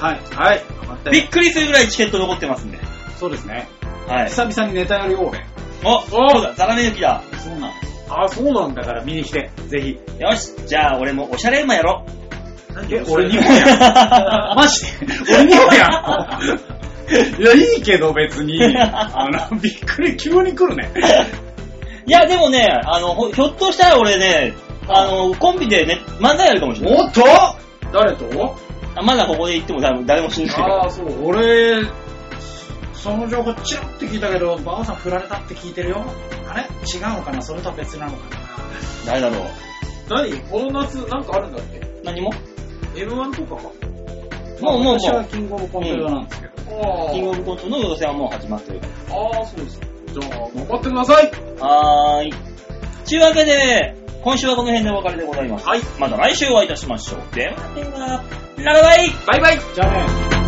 C: はい。
A: はい。頑張って
B: びっくりするぐらいチケット残ってますんで。
C: そうですね。
B: はい。
C: 久々にネタやるよ、俺。
B: お、そうだ、ザラメ抜きだ。
C: そうなんです。
A: あ、そうなんだ。
C: だから見に来て、ぜひ。
B: よし、じゃあ俺もおしゃれ馬やろ。
A: 何
C: え、俺2
A: に
C: 本やん。マジで俺2本 やん。いや、いいけど別に。あの、びっくり、急に来るね。
B: いや、でもね、あの、ほひょっとしたら俺ね、あの、コンビでね、漫才やるかもしれない。
C: おっと
A: 誰と
B: あまだここで言っても誰も誰も知んないけど。
A: ああ、そう。
C: 俺、その情報チラッて聞いたけど、ばあさん振られたって聞いてるよ。あれ違うのかなそれとは別なのかな
B: 誰だろ
A: 何この夏なんかあるんだっけ
B: う。何も
A: ?M1 とかか。
B: もうもうもう
C: 私はキングオブコント用なんですけど。
A: あ
B: キングオブコントの予選はもう始まってるか
A: ああ、そうです。じゃあ、頑張ってください
B: ら。はーい。ちゅうわけで、今週はこの辺でお別れでございます。
A: はい。
B: また来週お会いいたしましょう。ではでは、ララバイ
A: バイバイ
C: じゃあね。